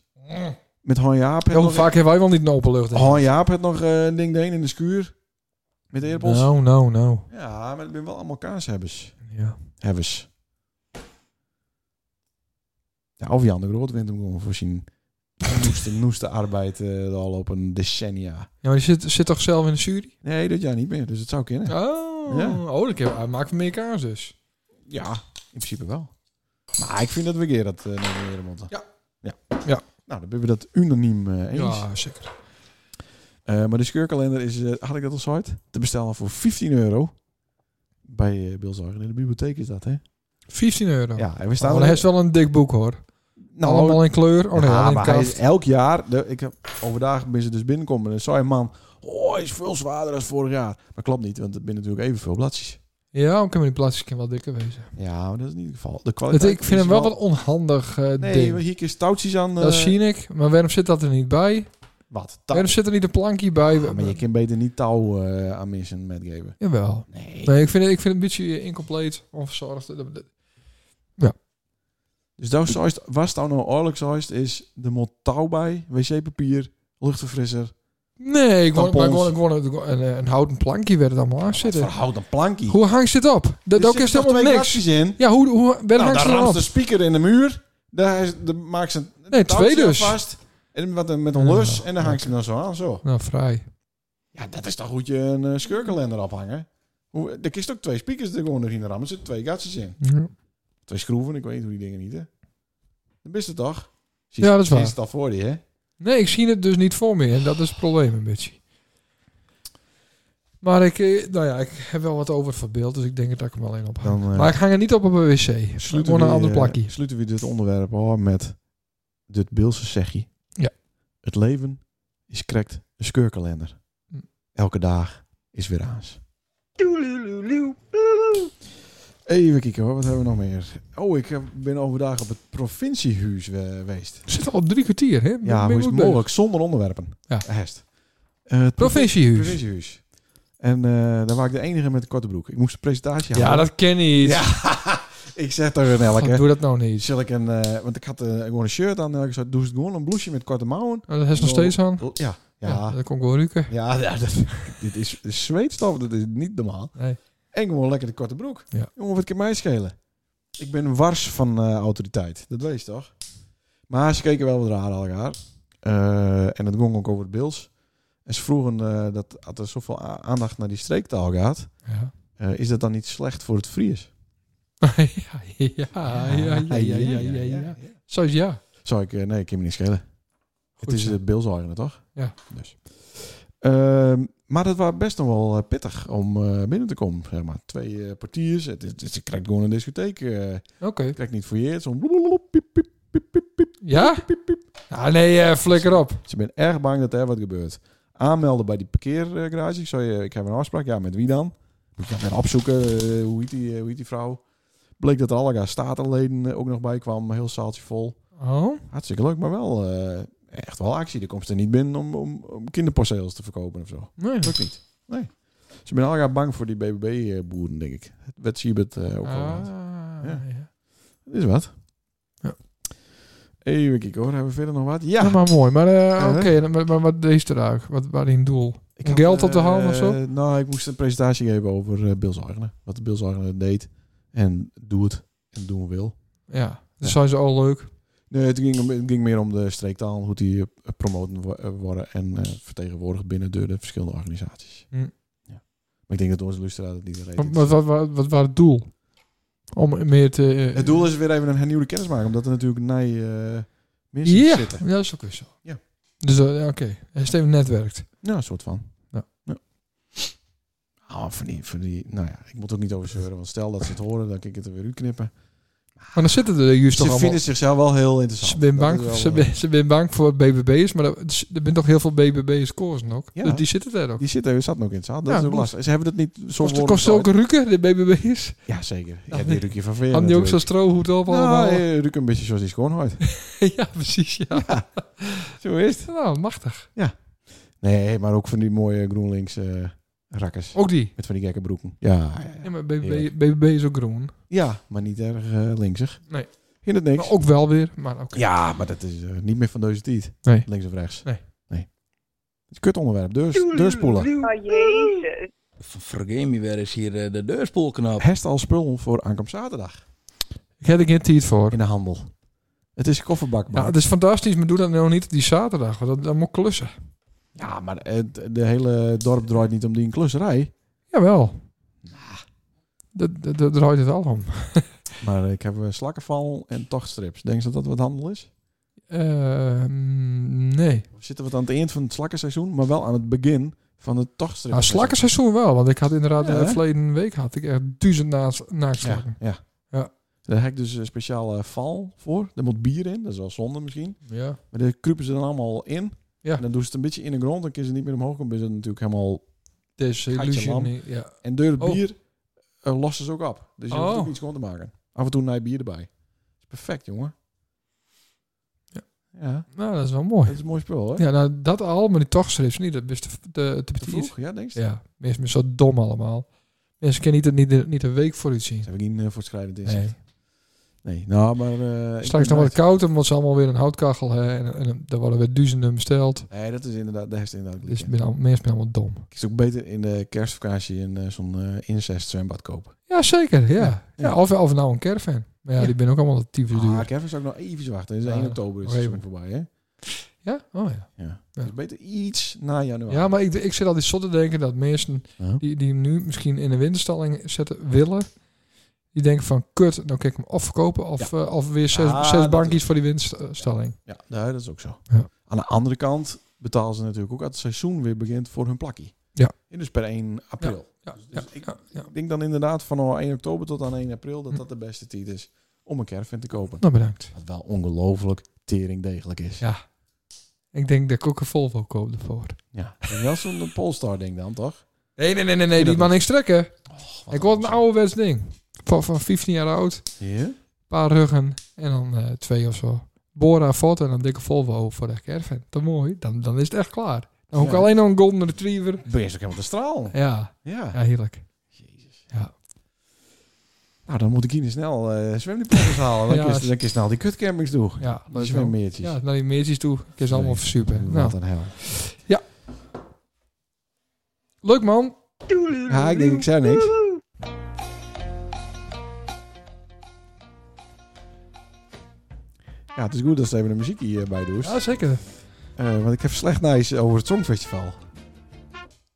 Met Han Jaap. had
Heel
nog-
vaak hebben wij wel niet een open lucht. hè?
Han Jaap had nog eh, een ding deen in de skuur. Met Oh, de eerpels.
nou, nou, nou.
Ja, maar het zijn wel allemaal kaashebbers.
Ja.
Hebbers. Ja, of Jan de Groot wint hem gewoon voor zijn noeste, noeste arbeid eh, de afgelopen decennia.
Ja, maar die zit, zit toch zelf in de jury?
Nee, dat jaar niet meer, dus het zou kunnen. Ja,
Oh,
Ja.
oh dat kan- maakt meer kaars dus.
in principe wel. Maar ik vind dat we Gerard eh naar beneden moeten.
Ja.
ja.
Ja.
Nou, dan hebben we dat unaniem eh, eens.
Ja, zeker.
Eh, maar de scheurkalender is, eh, had ik dat al zoiets, te bestellen voor 15 euro. Bij eh Bilzorg. In de bibliotheek is dat, hè?
15 euro.
Ja, en we
Oh,
staan
dan
er-
heeft wel een dik boek hoor.
Nou,
Allemaal in kleur. Oh nee,
ja,
alleen in
maar hij is
kaft.
elk jaar, de, ik heb overdag ben ze dus binnenkomen en dan zei een man, oh, hij is veel zwaarder dan vorig jaar. Maar klopt niet, want het zijn natuurlijk evenveel bladjes.
Ja, oké, maar die plastic kan wel dikker wezen.
Ja, maar dat is niet het geval. De
Het,
kwaliteit
ik vind
is
hem wel wat onhandig eh,
Nee,
ding.
maar hier keer stoutjes aan. eh,
Dat zie ik. Maar waarom zit dat er niet bij?
Wat? Touw.
Waarom zit er niet een plankje bij?
Ja, Ah, maar je kan beter niet touw eh, aan missen met geven.
Jawel.
Nee.
Nee, ik vind, het- ik vind het een beetje eh, incompleet, onverzorgd. Dat- dat-
Dus dat zoist, was nou nou oorlijk zoist, is de mot touw bij, wc-papier, luchtverfrisser.
Nee, ik word, maar ik
Tampons.
word, ik word- ik word- een, eh, een houten plankje werd het allemaal aan
Zit
zitten.
verhoudt een plankie.
Hoe hangt dit op? Dat
Er
dat is
zitten toch
helemaal
twee
niks.
kastjes in.
Ja, hoe, hoe waar
Nou,
hangt
daar
ze dan
ramt
op?
de speaker in de muur. Daar, is- daar maakt ze een
Nee,
touwtje
twee
aan
dus.
vast. En wat, een- met een
Ja,
lus. En dan
oké.
hangt ze hem dan zo aan. Zo.
Nou, vrij.
Ja, dat is toch goed je een eh, scheurkalender ophangen. Hoe, er kist ook twee speakers er gewoon nog in de ram. Er zitten twee gatjes in.
Ja.
Twee schroeven. Ik weet niet hoe die dingen niet, hè. Dan bist het toch?
Ja, dat is waar.
Is het al voor je, hè?
Nee, ik zie het dus niet voor me. En dat is het probleem een beetje. Maar ik, eh, nou ja, ik heb wel wat over voor beeld, dus ik denk dat ik hem alleen op hang.
Dan, eh,
Maar ik hang er niet op op een wc. Gewoon een ander
eh,
plakje.
sluiten we dit onderwerp af met dit Bilse zegje.
Ja.
Het leven is krekt een scheurkalender.
Hm.
Elke dag is weer aans. Even kijken hoor, wat hebben we nog meer? Oh, ik heb- ben overdag op het provinciehuis eh, geweest.
Ik zit al op drie kwartier, hè? Ben-
Ja,
ben
hoe is
goed
het
bezig.
mogelijk? Zonder onderwerpen.
Ja.
Hest. Eh, het
Provinciehuis.
Provinciehuis. En eh daar was ik de enige met een korte broek. Ik moest de presentatie
Ja,
houden.
dat ken niet.
Ja, ik zeg toch een
God,
elke.
doe dat nou niet.
Zal ik een, eh, want ik had eh, gewoon een shirt aan. en Ik zei, doe het gewoon een blouseje met korte mouwen.
Oh, dat is nog steeds aan.
Ja, ja.
Ja,
ja.
dat kon ik wel ruiken.
ja, dat, dit is dit is zweetstof, dat is niet normaal.
Nee.
En gewoon lekker de korte broek.
Ja.
Jongen, wat kan mij schelen? Ik ben wars van eh, autoriteit, dat weet je toch? Maar ze keken wel wat raar aan elkaar. Eh, en het ging ook over het Bills. En ze vroegen eh, dat als er zoveel a- aandacht naar die streektaal gaat,
Ja.
eh, is dat dan niet slecht voor het Fries?
ja, ja, ja, ja, ja, ja, ja, ja. Zo is ja.
Zou ik, eh, nee, ik kan me niet schelen.
Goed
het is
zo.
de Bills-eigenen, toch?
Ja.
Dus. Ehm, maar dat was best nog wel eh, pittig om eh, binnen te komen. Zeg maar. Twee eh, portiers. Het, is- het, is- je krijgt gewoon een discotheek. eh,
Oké.
je krijgt niet fouilleerd. Zo'n bloeloelop, piep, piep, piep, piep, piep,
Ja?
piep, piep.
Ah, nee, eh, flikker op.
Dus ik ben erg bang dat er wat gebeurt. Aanmelden bij die parkeergarage. Ik zei, eh, ik heb een afspraak. Ja, met wie dan? Moet ik dat weer opzoeken? Eh, hoe, heet die, eh, hoe heet die vrouw? Bleek dat er allerlei statenleden eh, ook nog bij kwam. Een heel zaaltje vol.
Oh,
Hartstikke leuk, maar wel eh, echt wel actie. Er komt er niet binnen om, om, om kinderperceels te verkopen of zo.
nee.
Lukt niet. Nee. Dus ik ben al erg bang voor die BBB-boeren, denk ik. Het werd Siebert eh, ook al.
Ah,
wat.
ja.
Dat is wat.
Ja.
Even kijken hoor, hebben we verder nog wat?
Ja,
Ja!
maar mooi. Maar eh,
Eh?
oké, dan- maar, maar wat is eruit? Wat waren een doel?
Ik
Om geld op te
eh,
halen of zo?
Nou, ik moest een presentatie geven over eh Bills Arne. Wat de Bills Arne deed. En doe het. En doen wil.
Ja, dat
Ja.
zijn ze al leuk.
Nee, het ging, om- het ging meer om de streektaal. Hoe die eh, promoten wo- eh, worden. En eh, vertegenwoordigd binnen door de verschillende organisaties.
Hm.
Ja. Maar ik denk dat onze lustraat het niet reed.
Maar wat, wat, wat, wat waren het doel? Om meer te... eh,
Het doel is weer even een hernieuwde kennis maken. Omdat er natuurlijk nij eh mensen
Ja,
zitten.
ja, dat is ook weer zo.
Ja.
Dus eh, ja, oké, hij Steven netwerkt.
Ja, een soort van.
Ja.
Ah, van die, van die, nou ja, ik moet er ook niet over zeuren. Want stel dat ze het horen, dan kan ik het er weer uitknippen.
Maar dan zitten er juist
Ze
toch allemaal...
vinden zichzelf wel heel
Ze
interessant.
zijn
Dat is
bang,
wel,
ze
eh,
ben, ze ben bang voor BBB's, maar er er zijn toch heel veel BBB's koersen ook.
Ja.
Dus die zitten daar ook.
Die zitten, zaten ook in het zaal. Dat
Ja,
is ook
klopt.
lastig. Ze hebben het niet zo
Kost, kost ze ook een ruken, de BBB's?
Ja, zeker. Ja,
Ja,
die ruk je van veer.
Hadden die ook zo'n
natuurlijk.
strohoed op allemaal?
Nou, eh, ruk een beetje zoals die schoonheid.
ja, precies, ja.
zo is het.
Nou, machtig.
Nee, eh, maar ook van die mooie GroenLinks eh, rakkers.
Ook die.
Met van die gekke broeken. Ja, ja, ja.
Ja, maar BBB,
Heerlijk.
BBB is ook groen.
Ja, maar niet erg eh, linksig.
Nee.
In het niks.
Maar ook wel weer, maar oké.
Ja, maar dat is eh, niet meer van deze tijd.
Nee.
Links of rechts.
Nee.
Nee. Het is een kut onderwerp. Deurs, deurspoelen.
Oh jezus.
Vergeet me weer eens hier eh, de deurspoelknop.
Hest al spul voor aankomst zaterdag.
Ik heb er geen tijd voor.
In de handel. Het is kofferbak.
Ja, het is fantastisch, maar doe dat nou niet op die zaterdag. Want dat, dat moet klussen.
ja, maar het, de hele dorp draait niet om die klusserij.
Jawel.
Ah.
Dat, dat, dat draait het al om.
Maar ik heb eh, slakkenval en tochtstrips. Denk je dat dat wat handel is?
Eh, nee.
We zitten wat aan het eind van het slakkenseizoen, maar wel aan het begin van het tochtstrip.
Nou, slakkenseizoen wel. Want ik had inderdaad
Ja,
eh,
hè?
verleden week had ik echt duizend naast,
Ja,
naaktslakken.
ja.
Ja.
Daar heb ik dus een speciale val voor. Daar moet bier in. Dat is wel zonde misschien.
Ja. ja.
Maar daar kruipen ze dan allemaal in.
Ja.
En dan doen ze het een beetje in de grond. Dan kunnen ze niet meer omhoog komen. Dan is het natuurlijk helemaal...
Desillusionie. Ja.
En door het
Oh.
bier eh, lossen ze ook op. Dus je hoeft
Oh.
ook iets gewoon te maken. Af en toe naai bier erbij. is perfect, jongen.
Ja.
Ja,
Nou, dat is wel
dat
mooi.
is een mooi spul, hè?
Ja, nou, dat al, maar die tochtstrips niet. Dat is te, te, te
Te
petit.
vroeg, ja, denk je?
Ja, mensen zijn zo dom allemaal. Mensen kunnen niet, niet, niet, een week vooruit zien.
Dat heb ik niet eh, voorschrijdend in.
Nee.
nee, nou, maar... eh, ik
Straks
ben
nog wat
blij.
koud, dan moeten ze allemaal weer een houtkachel hè, en, en, daar worden weer duizenden besteld.
Nee, dat is inderdaad... Dat is inderdaad
Dus
dus
ik ben al- mensen zijn allemaal dom.
Ik is ook beter in de kerstvakantie een, eh, zo'n eh, incest zwembad kopen.
Ja, zeker. Ja.
Ja,
Ja,
ja.
of, of nou een caravan. Maar ja, die ben ook allemaal tyfus
Ah,
duur.
kerst is ook nog even wachten. Het is
Ja,
1 oktober is
nog
het seizoen
even.
voorbij, hè?
Ja? Oh ja.
Ja.
Ja.
Dus beter iets na januari.
Ja, maar ik, ik zit al die zot te denken dat mensen
Ja.
die, die nu misschien in de winterstalling zetten willen, die denken van kut, dan kan ik hem of verkopen of, eh, of weer zes,
Ah,
zes
dat
bankjes voor die winterstalling.
Ja, nou, dat is ook zo.
Ja.
Aan de andere kant betalen ze natuurlijk ook als het seizoen weer begint voor hun plakkie.
Ja.
En dus per 1 april.
Ja,
Dus-
ja,
dus ik-
ja, ja.
Ik denk dan inderdaad van oh, 1 oktober tot aan 1 april dat dat de beste tijd is om een caravan te kopen.
Nou, bedankt.
Wat wel ongelooflijk tering degelijk is.
Ja. Ik denk dat ik ook een Volvo koop ervoor.
ja. En wel zo'n Polestar ding dan, toch?
Nee, nee, nee, nee, nee
dat
die mag
niet.
niks trekken.
Och, wat
Ik nou. wil een
onzin.
ouderwets ding. Van, van 15 jaar oud.
Ja?
paar ruggen en dan eh, twee of zo. Bora, Vot en een dikke Volvo voor de caravan. Te mooi. Dan, dan is het echt klaar. Dan hoef ik
Ja.
alleen nog een golden retriever.
Ben je ook helemaal te straal?
Ja,
Ja.
ja heerlijk.
Jezus.
Ja.
Nou, dan moet ik hier snel eh zwemdiplomma's halen. Dan
Ja,
kun je-
is-
dan kun je snel die kutcampings doen.
Ja,
Die
leuk wel.
zwemmeertjes.
ja naar die meertjes toe. Ik is allemaal super.
Wat
Nou,
een hel.
leuk man.
Ja, ik denk, ik zei niks. Ja, het is goed dat ze even de muziek hierbij doet.
Ja, zeker.
Eh, want ik heb slecht nieuws over het Songfestival.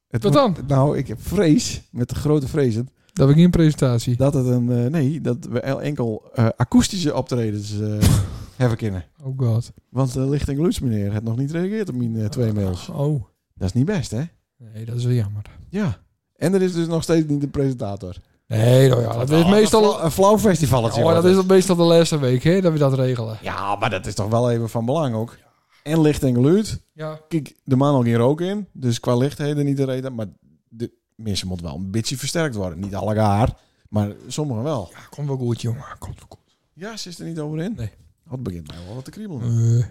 Het
Wat
wordt-
dan?
Nou, ik heb vrees, met de grote vrezen,
Dat heb ik geen presentatie.
dat het een... eh, nee, dat we el- enkel eh, akoestische optredens eh, hebben kunnen.
Oh god.
Want de licht en geluidsmeneer heeft nog niet gereageerd op mijn eh, twee mails.
Oh.
Dat is niet best, hè?
Nee, dat is wel jammer.
Ja. Oh, En er is dus nog steeds niet een presentator.
Nee, nou ja, dat is
Nou, een
meestal...
fla- een flauw festivalletje.
Oh, dat
wordt
is meestal de laatste week, hè, dat we dat regelen.
het. Ja, maar dat is toch wel even van belang ook. En licht en geluid.
Ja.
Kijk, de man al hier ook in. Dus qua lichtheden niet de reden. Maar de mensen moet wel een beetje versterkt worden. Niet alle gaar, maar sommigen wel.
Ja, komt wel goed, jongen. Komt wel goed.
Ja, ze is er niet over in.
Nee.
Dat begint mij wel wat te kriebelen.
Eh,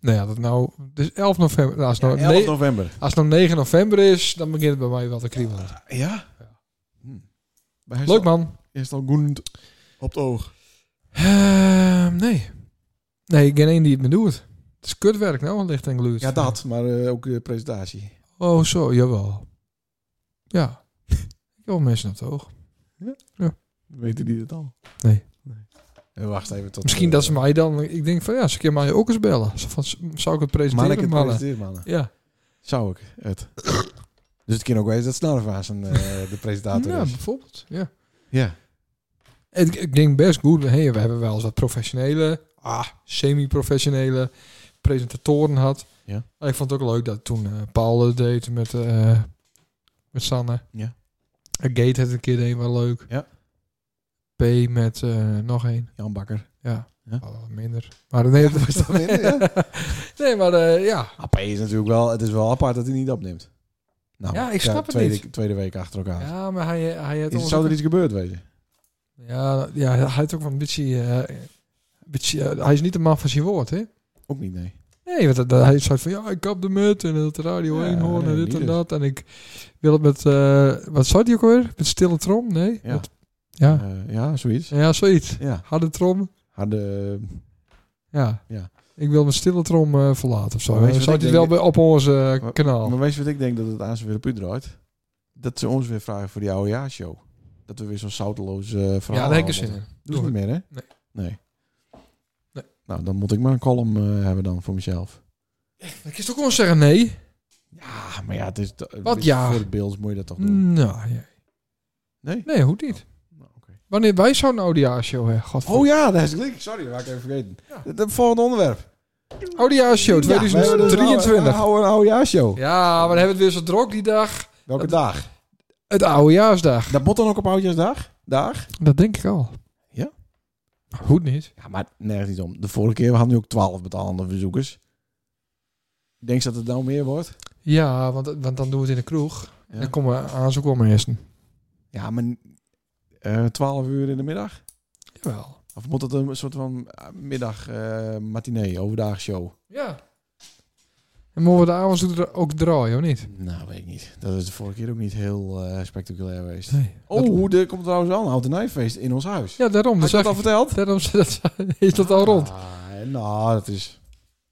nou ja, dat nou... Dus 11 november. Nou, als, nou,
11
nee-
november.
als nou 9 november is, dan begint het bij mij wel te kriebelen.
Ja? Hm. Maar hij is
Leuk
al-
man.
hij is al goed op het oog.
Eh, nee. Nee, geen één die het me doet. Het is kutwerk nou, licht en geluid.
Ja, dat. Maar eh, ook de presentatie.
Oh, zo, jawel. Ja. Ik wil mensen op het oog.
Weten die dat al?
Nee.
Eh, Wacht even tot...
Misschien
eh,
dat ze mij dan... Ik denk van, ja, ze kunnen mij ook eens bellen. Zo van, zou ik het presenteren,
Mannen, ik het
mannen?
presenteren, mannen.
Ja.
Zou ik het. dus het kan ook wezen dat Snarvaas een eh, de presentator
ja,
is.
bijvoorbeeld. Ja.
Ja.
Ik, ik denk best goed. Hey, we hebben wel eens wat professionele, ah, semi-professionele presentatoren gehad.
Ja.
Maar ik vond het ook leuk dat toen eh, Paul het deed met, eh, met Sanne.
Ja.
Eh, Gate het een keer deed, wel leuk.
Ja.
P met eh, nog één.
Jan Bakker.
Ja.
Ja.
Wel wat minder. Maar nee,
dat was dat minder, ja.
nee, maar eh, ja.
AP is natuurlijk wel, het is wel apart dat hij niet opneemt. Nou,
Ja, ik snap het
tweede,
niet.
Tweede week achter elkaar.
Ja, maar hij, eh, hij had
Is-
ons
zou
ook-
er iets gebeurd wezen?
ja, ja, hij had ook wel een beetje... eh, een beetje eh, hij is niet de man van zijn woord, hè?
Ook niet, nee.
Nee, want dat, dat- hij zei van ja, ik kap de mut en het radio
Ja,
1 horen en
nee,
dit
niet
en
dus.
dat. En ik wil het met, eh, wat zei die ook alweer? Met stille trom? Nee?
Ja.
Met- ja.
Eh, ja, zoiets.
ja, zoiets.
Ja.
Harde trom?
Harde...
Ja.
Ja.
Ik wil mijn stille trom eh, verlaten of zo.
Maar weet je
Dan
wat
staat
ik
hij wel
denk?
bij, op ons eh,
Wat-
kanaal.
Maar weet je wat ik denk dat het aan ze weer op u draait? Dat ze ons weer vragen voor die oudejaarsshow. Dat we weer zo'n zouteloos eh verhaal
ja, daar heb ik er
allemaal
zin in.
Doe het niet meer, hè?
Nee.
Nee.
Nee.
Nou, dan moet ik maar een column eh, hebben dan voor mezelf.
Dan kun je toch gewoon zeggen nee?
Ja, maar ja, het is het
Wat
is
ja?
voor het beeld moet je dat toch doen.
Nou, ja.
Nee?
Nee, hoe niet?
Nou, oké.
Wanneer wij zo'n ODA-show hebben, godver...
Oh ja, dat is het. Sorry, dat had ik even vergeten. Het het volgende onderwerp.
ODA-show
Oh, Ja, we hebben dus een
Oh, 2023.
oude- een oude jaarshow.
Ja, maar dan hebben we het weer zo druk die dag.
Welke
Dat-
dag?
Het oudejaarsdag.
Dat bot dan ook op Oudjaarsdag? Dag?
Dat denk ik al.
Ja?
Goed niet.
Ja, maar nergens niet om. De vorige keer hadden we ook 12 betalende verzoekers. Ik denk dat het nou meer wordt.
Ja, want, want dan doen we het in de kroeg.
Ja.
Dan komen we aanzoek om eersten.
Ja, maar eh 12 uur in de middag?
Jawel.
Of moet het een soort van eh, middag, eh matinee, overdagshow?
Ja. En mogen we de avonds er ook draaien, of niet?
Nou, weet ik niet. Dat is de vorige keer ook niet heel eh, spectaculair geweest.
Nee.
Oh, er komt trouwens al een houten nijfeest in ons huis.
Ja, daarom.
Had
Dat
je
zag
dat al
ik.
verteld?
Daarom is dat, is dat al rond.
Ah, nou, dat is...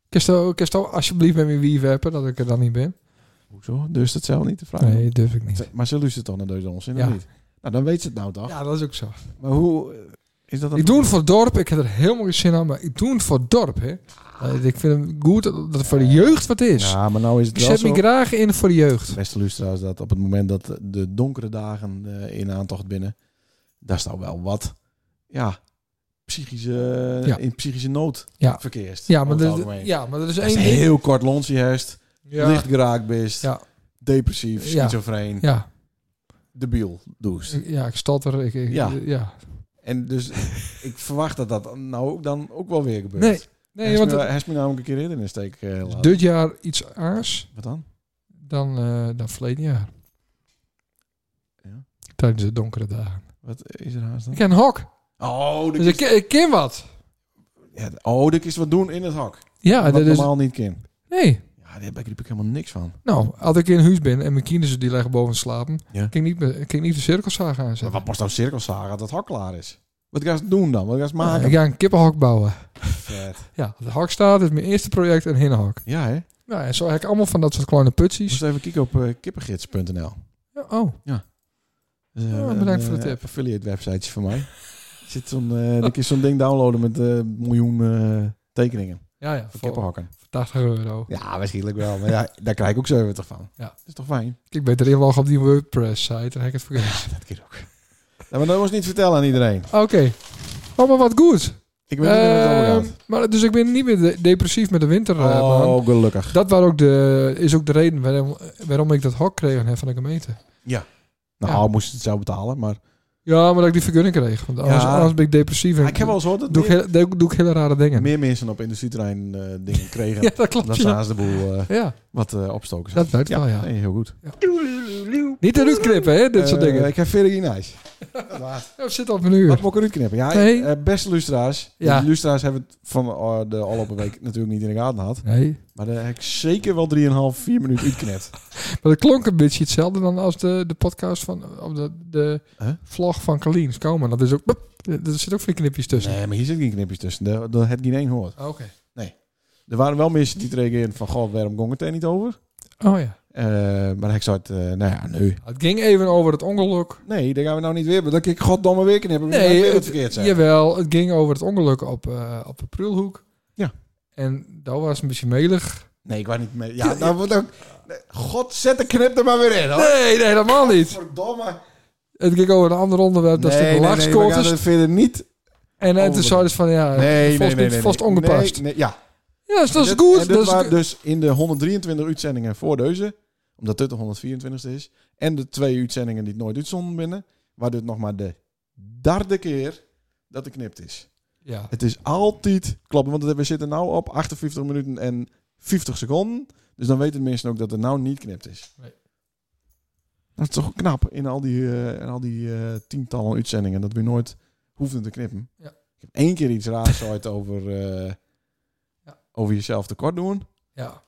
Kerst al- kerst al alsjeblieft met mijn wief hebben dat ik er dan niet ben?
Hoezo? Dus dat zelf niet te vragen?
Nee, durf ik niet.
Z- Maar ze luistert dan naar deze onzin,
Ja.
of niet? Nou, dan weet ze het nou toch?
Ja, dat is ook zo.
Maar hoe... eh, Is dat dan...
Ik doe het voor het dorp. Ik heb er helemaal geen zin aan, maar ik doe het voor het dorp, hè. Eh, Ik vind het goed dat het voor de jeugd wat is.
Ja, maar nou is het
ik
wel
zet
zo...
me graag in voor de jeugd.
Beste luisteraars, dat op het moment dat de donkere dagen eh, in aantocht binnen, daar staat wel wat, ja, psychische,
Ja.
in psychische nood
Ja.
verkeerst.
Ja, maar,
over het
dat-
algemeen.
ja, maar er is
Als je
één ding.
heel kort lonsie hebt,
Ja,
licht geraakt bent,
Ja.
depressief,
Ja.
schizofreen,
ja,
debiel doest.
ik- ja, ik stotter. Ik, ik-
Ja.
ja.
En dus ik verwacht dat dat nou ook dan ook wel weer gebeurt.
Nee, Nee, want het Dus-
hij is me namelijk een keer eerder in de steek eh,
is
laten.
dit jaar iets aars
Wat dan?
dan, eh, dan verleden jaar.
Ja.
Tijdens de donkere dagen.
Wat is er haast dan?
Ik heb een hok.
Oh,
Dus
de
ik, ik ken wat.
ja, oh, er is wat doen in het hak.
Ja,
wat
dat Ah, is...
normaal niet kind.
Nee.
Ja, daar begreep ik helemaal niks van.
Nou, als ik in huis ben en mijn kinderen die liggen boven te slapen,
Ja.
kan ik niet, meer- kan ik niet de cirkelzaag
Maar
aanzetten.
wat moest nou cirkelzagen dat het hak klaar is? Wat ga je doen dan? Wat ga je maken?
Ik ga een kippenhok bouwen.
Vet.
Ja, de hok staat, dat is mijn eerste project, een hinnenhok.
Ja, hè?
Nou, en zo heb ik allemaal van dat soort kleine putsies.
Moest even kijken op eh, kippengids.nl.
Ja, oh,
Dat is, eh,
Ja, Oh, bedankt
een,
voor de
eh,
tip.
affiliate websiteje van mij. Er Zit zo'n, eh, dan kun je zo'n ding downloaden met eh, miljoen eh, tekeningen
ja, ja,
van
voor
kippenhakken.
80 euro.
Ja, waarschijnlijk wel. Maar ja, daar krijg ik ook 70 van.
Ja.
Dat is toch fijn?
Ik ben erin log op die WordPress-site, dan heb ik het vergeten.
Dat kan ook. Ja, maar dat moest niet vertellen aan iedereen.
Oké. Oh, maar wat goed.
Ik weet niet hoe het allemaal
Ehm, maar, dus ik ben niet meer de- depressief met de winter. eh,
gaat.
man.
Oh, gelukkig.
Dat was ook de, is ook de reden waarom, waarom ik dat hok kreeg hè, van de gemeente.
Nou, moest je het zelf betalen, maar...
Ja, maar dat ik die vergunning kreeg. Want anders,
Ja.
anders ben ik depressief. En
Ah, ik heb wel eens gehoord dat
doe, ik
meer,
heel- doe, doe ik hele rare dingen.
meer mensen op industrieterrein eh, dingen kregen.
Ja, dat klopt.
Dan
Ja,
staan ze de boel eh,
ja
wat eh, opstoken.
dat werkt wel, ja.
Nee, heel goed.
Niet eruit knippen, hè, dit soort
Eh,
dingen.
Ik heb verder geen ijs. Dat laat.
Ja, we zitten op een uur.
Wat moet ik eruit knippen? Ja,
Nee.
eh, beste luisteraars.
Ja.
De luisteraars hebben het van eh, de afgelopen week natuurlijk niet in de gaten gehad.
Nee.
Maar daar heb ik zeker wel 3,5, 4 minuten uitknipt.
Maar dat klonk een beetje hetzelfde dan als de, de podcast van... Of de, de
Huh?
vlog van Carliens Komen. Dat is ook... bup, Er zitten ook van die knipjes tussen.
Nee, maar hier zit geen knipjes tussen. Daar daar heb ik geen één gehoord.
Oh, Oké.
Er waren wel mensen die het reageerden van... God, waarom ging het er niet over?
Oh ja.
Eh, maar ik zei het... eh, nou ja, nu.
Het ging even over het ongeluk.
Nee, daar gaan we nou niet weer... Dan kan ik goddomme weer knippen. Nee,
Nee,
weer wat
het-
verkeerd zijn.
jawel. Het ging over het ongeluk op, eh, op de Prulhoek.
Ja.
En dat was een beetje melig.
Nee, ik was niet mee. Ja, nou, wat ook- Nee, God, zet de knip er maar weer in, hoor.
Nee, nee, helemaal niet.
Verdomme.
Het ging over een ander onderwerp, dat is de
we gaan
lachscorters.
het verder niet.
en eh, toen
over-
zeiden ze van, ja,
Nee, nee,
vast,
nee, nee.
vast
nee.
ongepast.
Nee, nee, ja.
Ja, dus dat is
Dit- en
goed.
Dit
Dat is
waren
goed.
dus in de 123 uitzendingen voor deze, omdat dit de 124ste is, en de twee uitzendingen die het nooit uitzonden binnen, waar dit nog maar de derde keer dat het knipt is.
ja.
Het is altijd klopt, want we zitten nu op 58 minuten en 50 seconden, dus dan weten de mensen ook dat het nou niet knipt is.
Nee.
Dat is toch knap in al die, eh, in al die eh, tientallen uitzendingen dat we nooit hoefden te knippen.
Ja.
Ik heb één keer iets raars ooit over, eh,
Ja.
over jezelf tekort doen.
ja.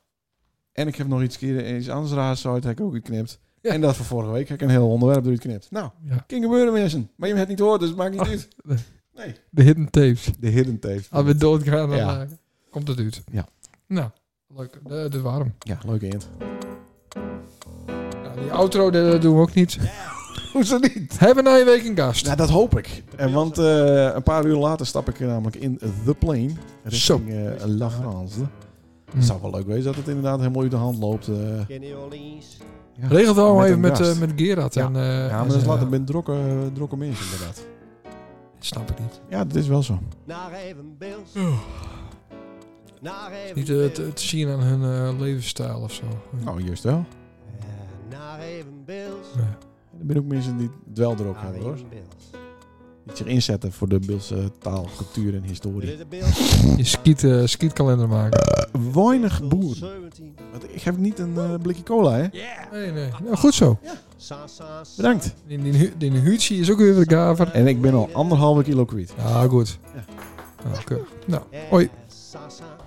En ik heb nog iets, keer, iets anders raars uit, heb ik ook geknipt.
Ja.
En dat van vorige week heb ik een heel onderwerp eruit geknipt. Nou,
Ja.
kan gebeuren mensen. Maar je hebt het niet gehoord, dus het maakt niet
Oh,
uit.
nee.
Nee.
De hidden tapes.
De hidden tape.
Als Ah, we doodgaan, dan
Ja.
eh, komt het uit.
Ja.
Nou, leuk. Eh, Dat is warm.
Ja, leuk eend.
Nou, die outro, dat dat doen we ook niet.
Hoezo niet?
Hebben wij een week een gast.
Nou, dat hoop ik. En want eh, een paar uur later stap ik namelijk in The Plane. Richting eh La France.
Hm.
Het zou wel leuk wezen dat het inderdaad helemaal uit de hand loopt. eh.
Kenny Orleans.
ja.
Regel het allemaal
Met
even
een
met,
gast.
eh, met Gerard.
Ja.
En, eh,
Ja,
en,
maar dat is
eh,
later ben drokken, drokken mensen inderdaad.
Snap ik niet.
Ja, dat is wel zo.
Naar even Bills. Naar even
Oh. Niet eh,
Bills.
te, te zien aan hun eh, levensstijl of zo.
Nou, juist wel.
Ja, Naar even Bills.
Ja.
Er zijn ook mensen die het wel er ook
Naar
hebben hoor.
even Bills.
Die zich inzetten voor de Beelse taal, cultuur en
Dit
historie.
is de Bills.
Je skiet, eh, skietkalender maken.
Weinig boeren.
17.
Want Ik heb niet een eh, blikje cola hè.
Nee, nee. Nou, goed zo.
Sa, sa, sa.
Bedankt.
Die, die, hu- die huurtje is ook weer de gaver.
En ik ben al anderhalve kilo kwijt.
Ja, goed.
Ja.
Nou, oké. Nou,
Eh,
hoi.
sa, sa.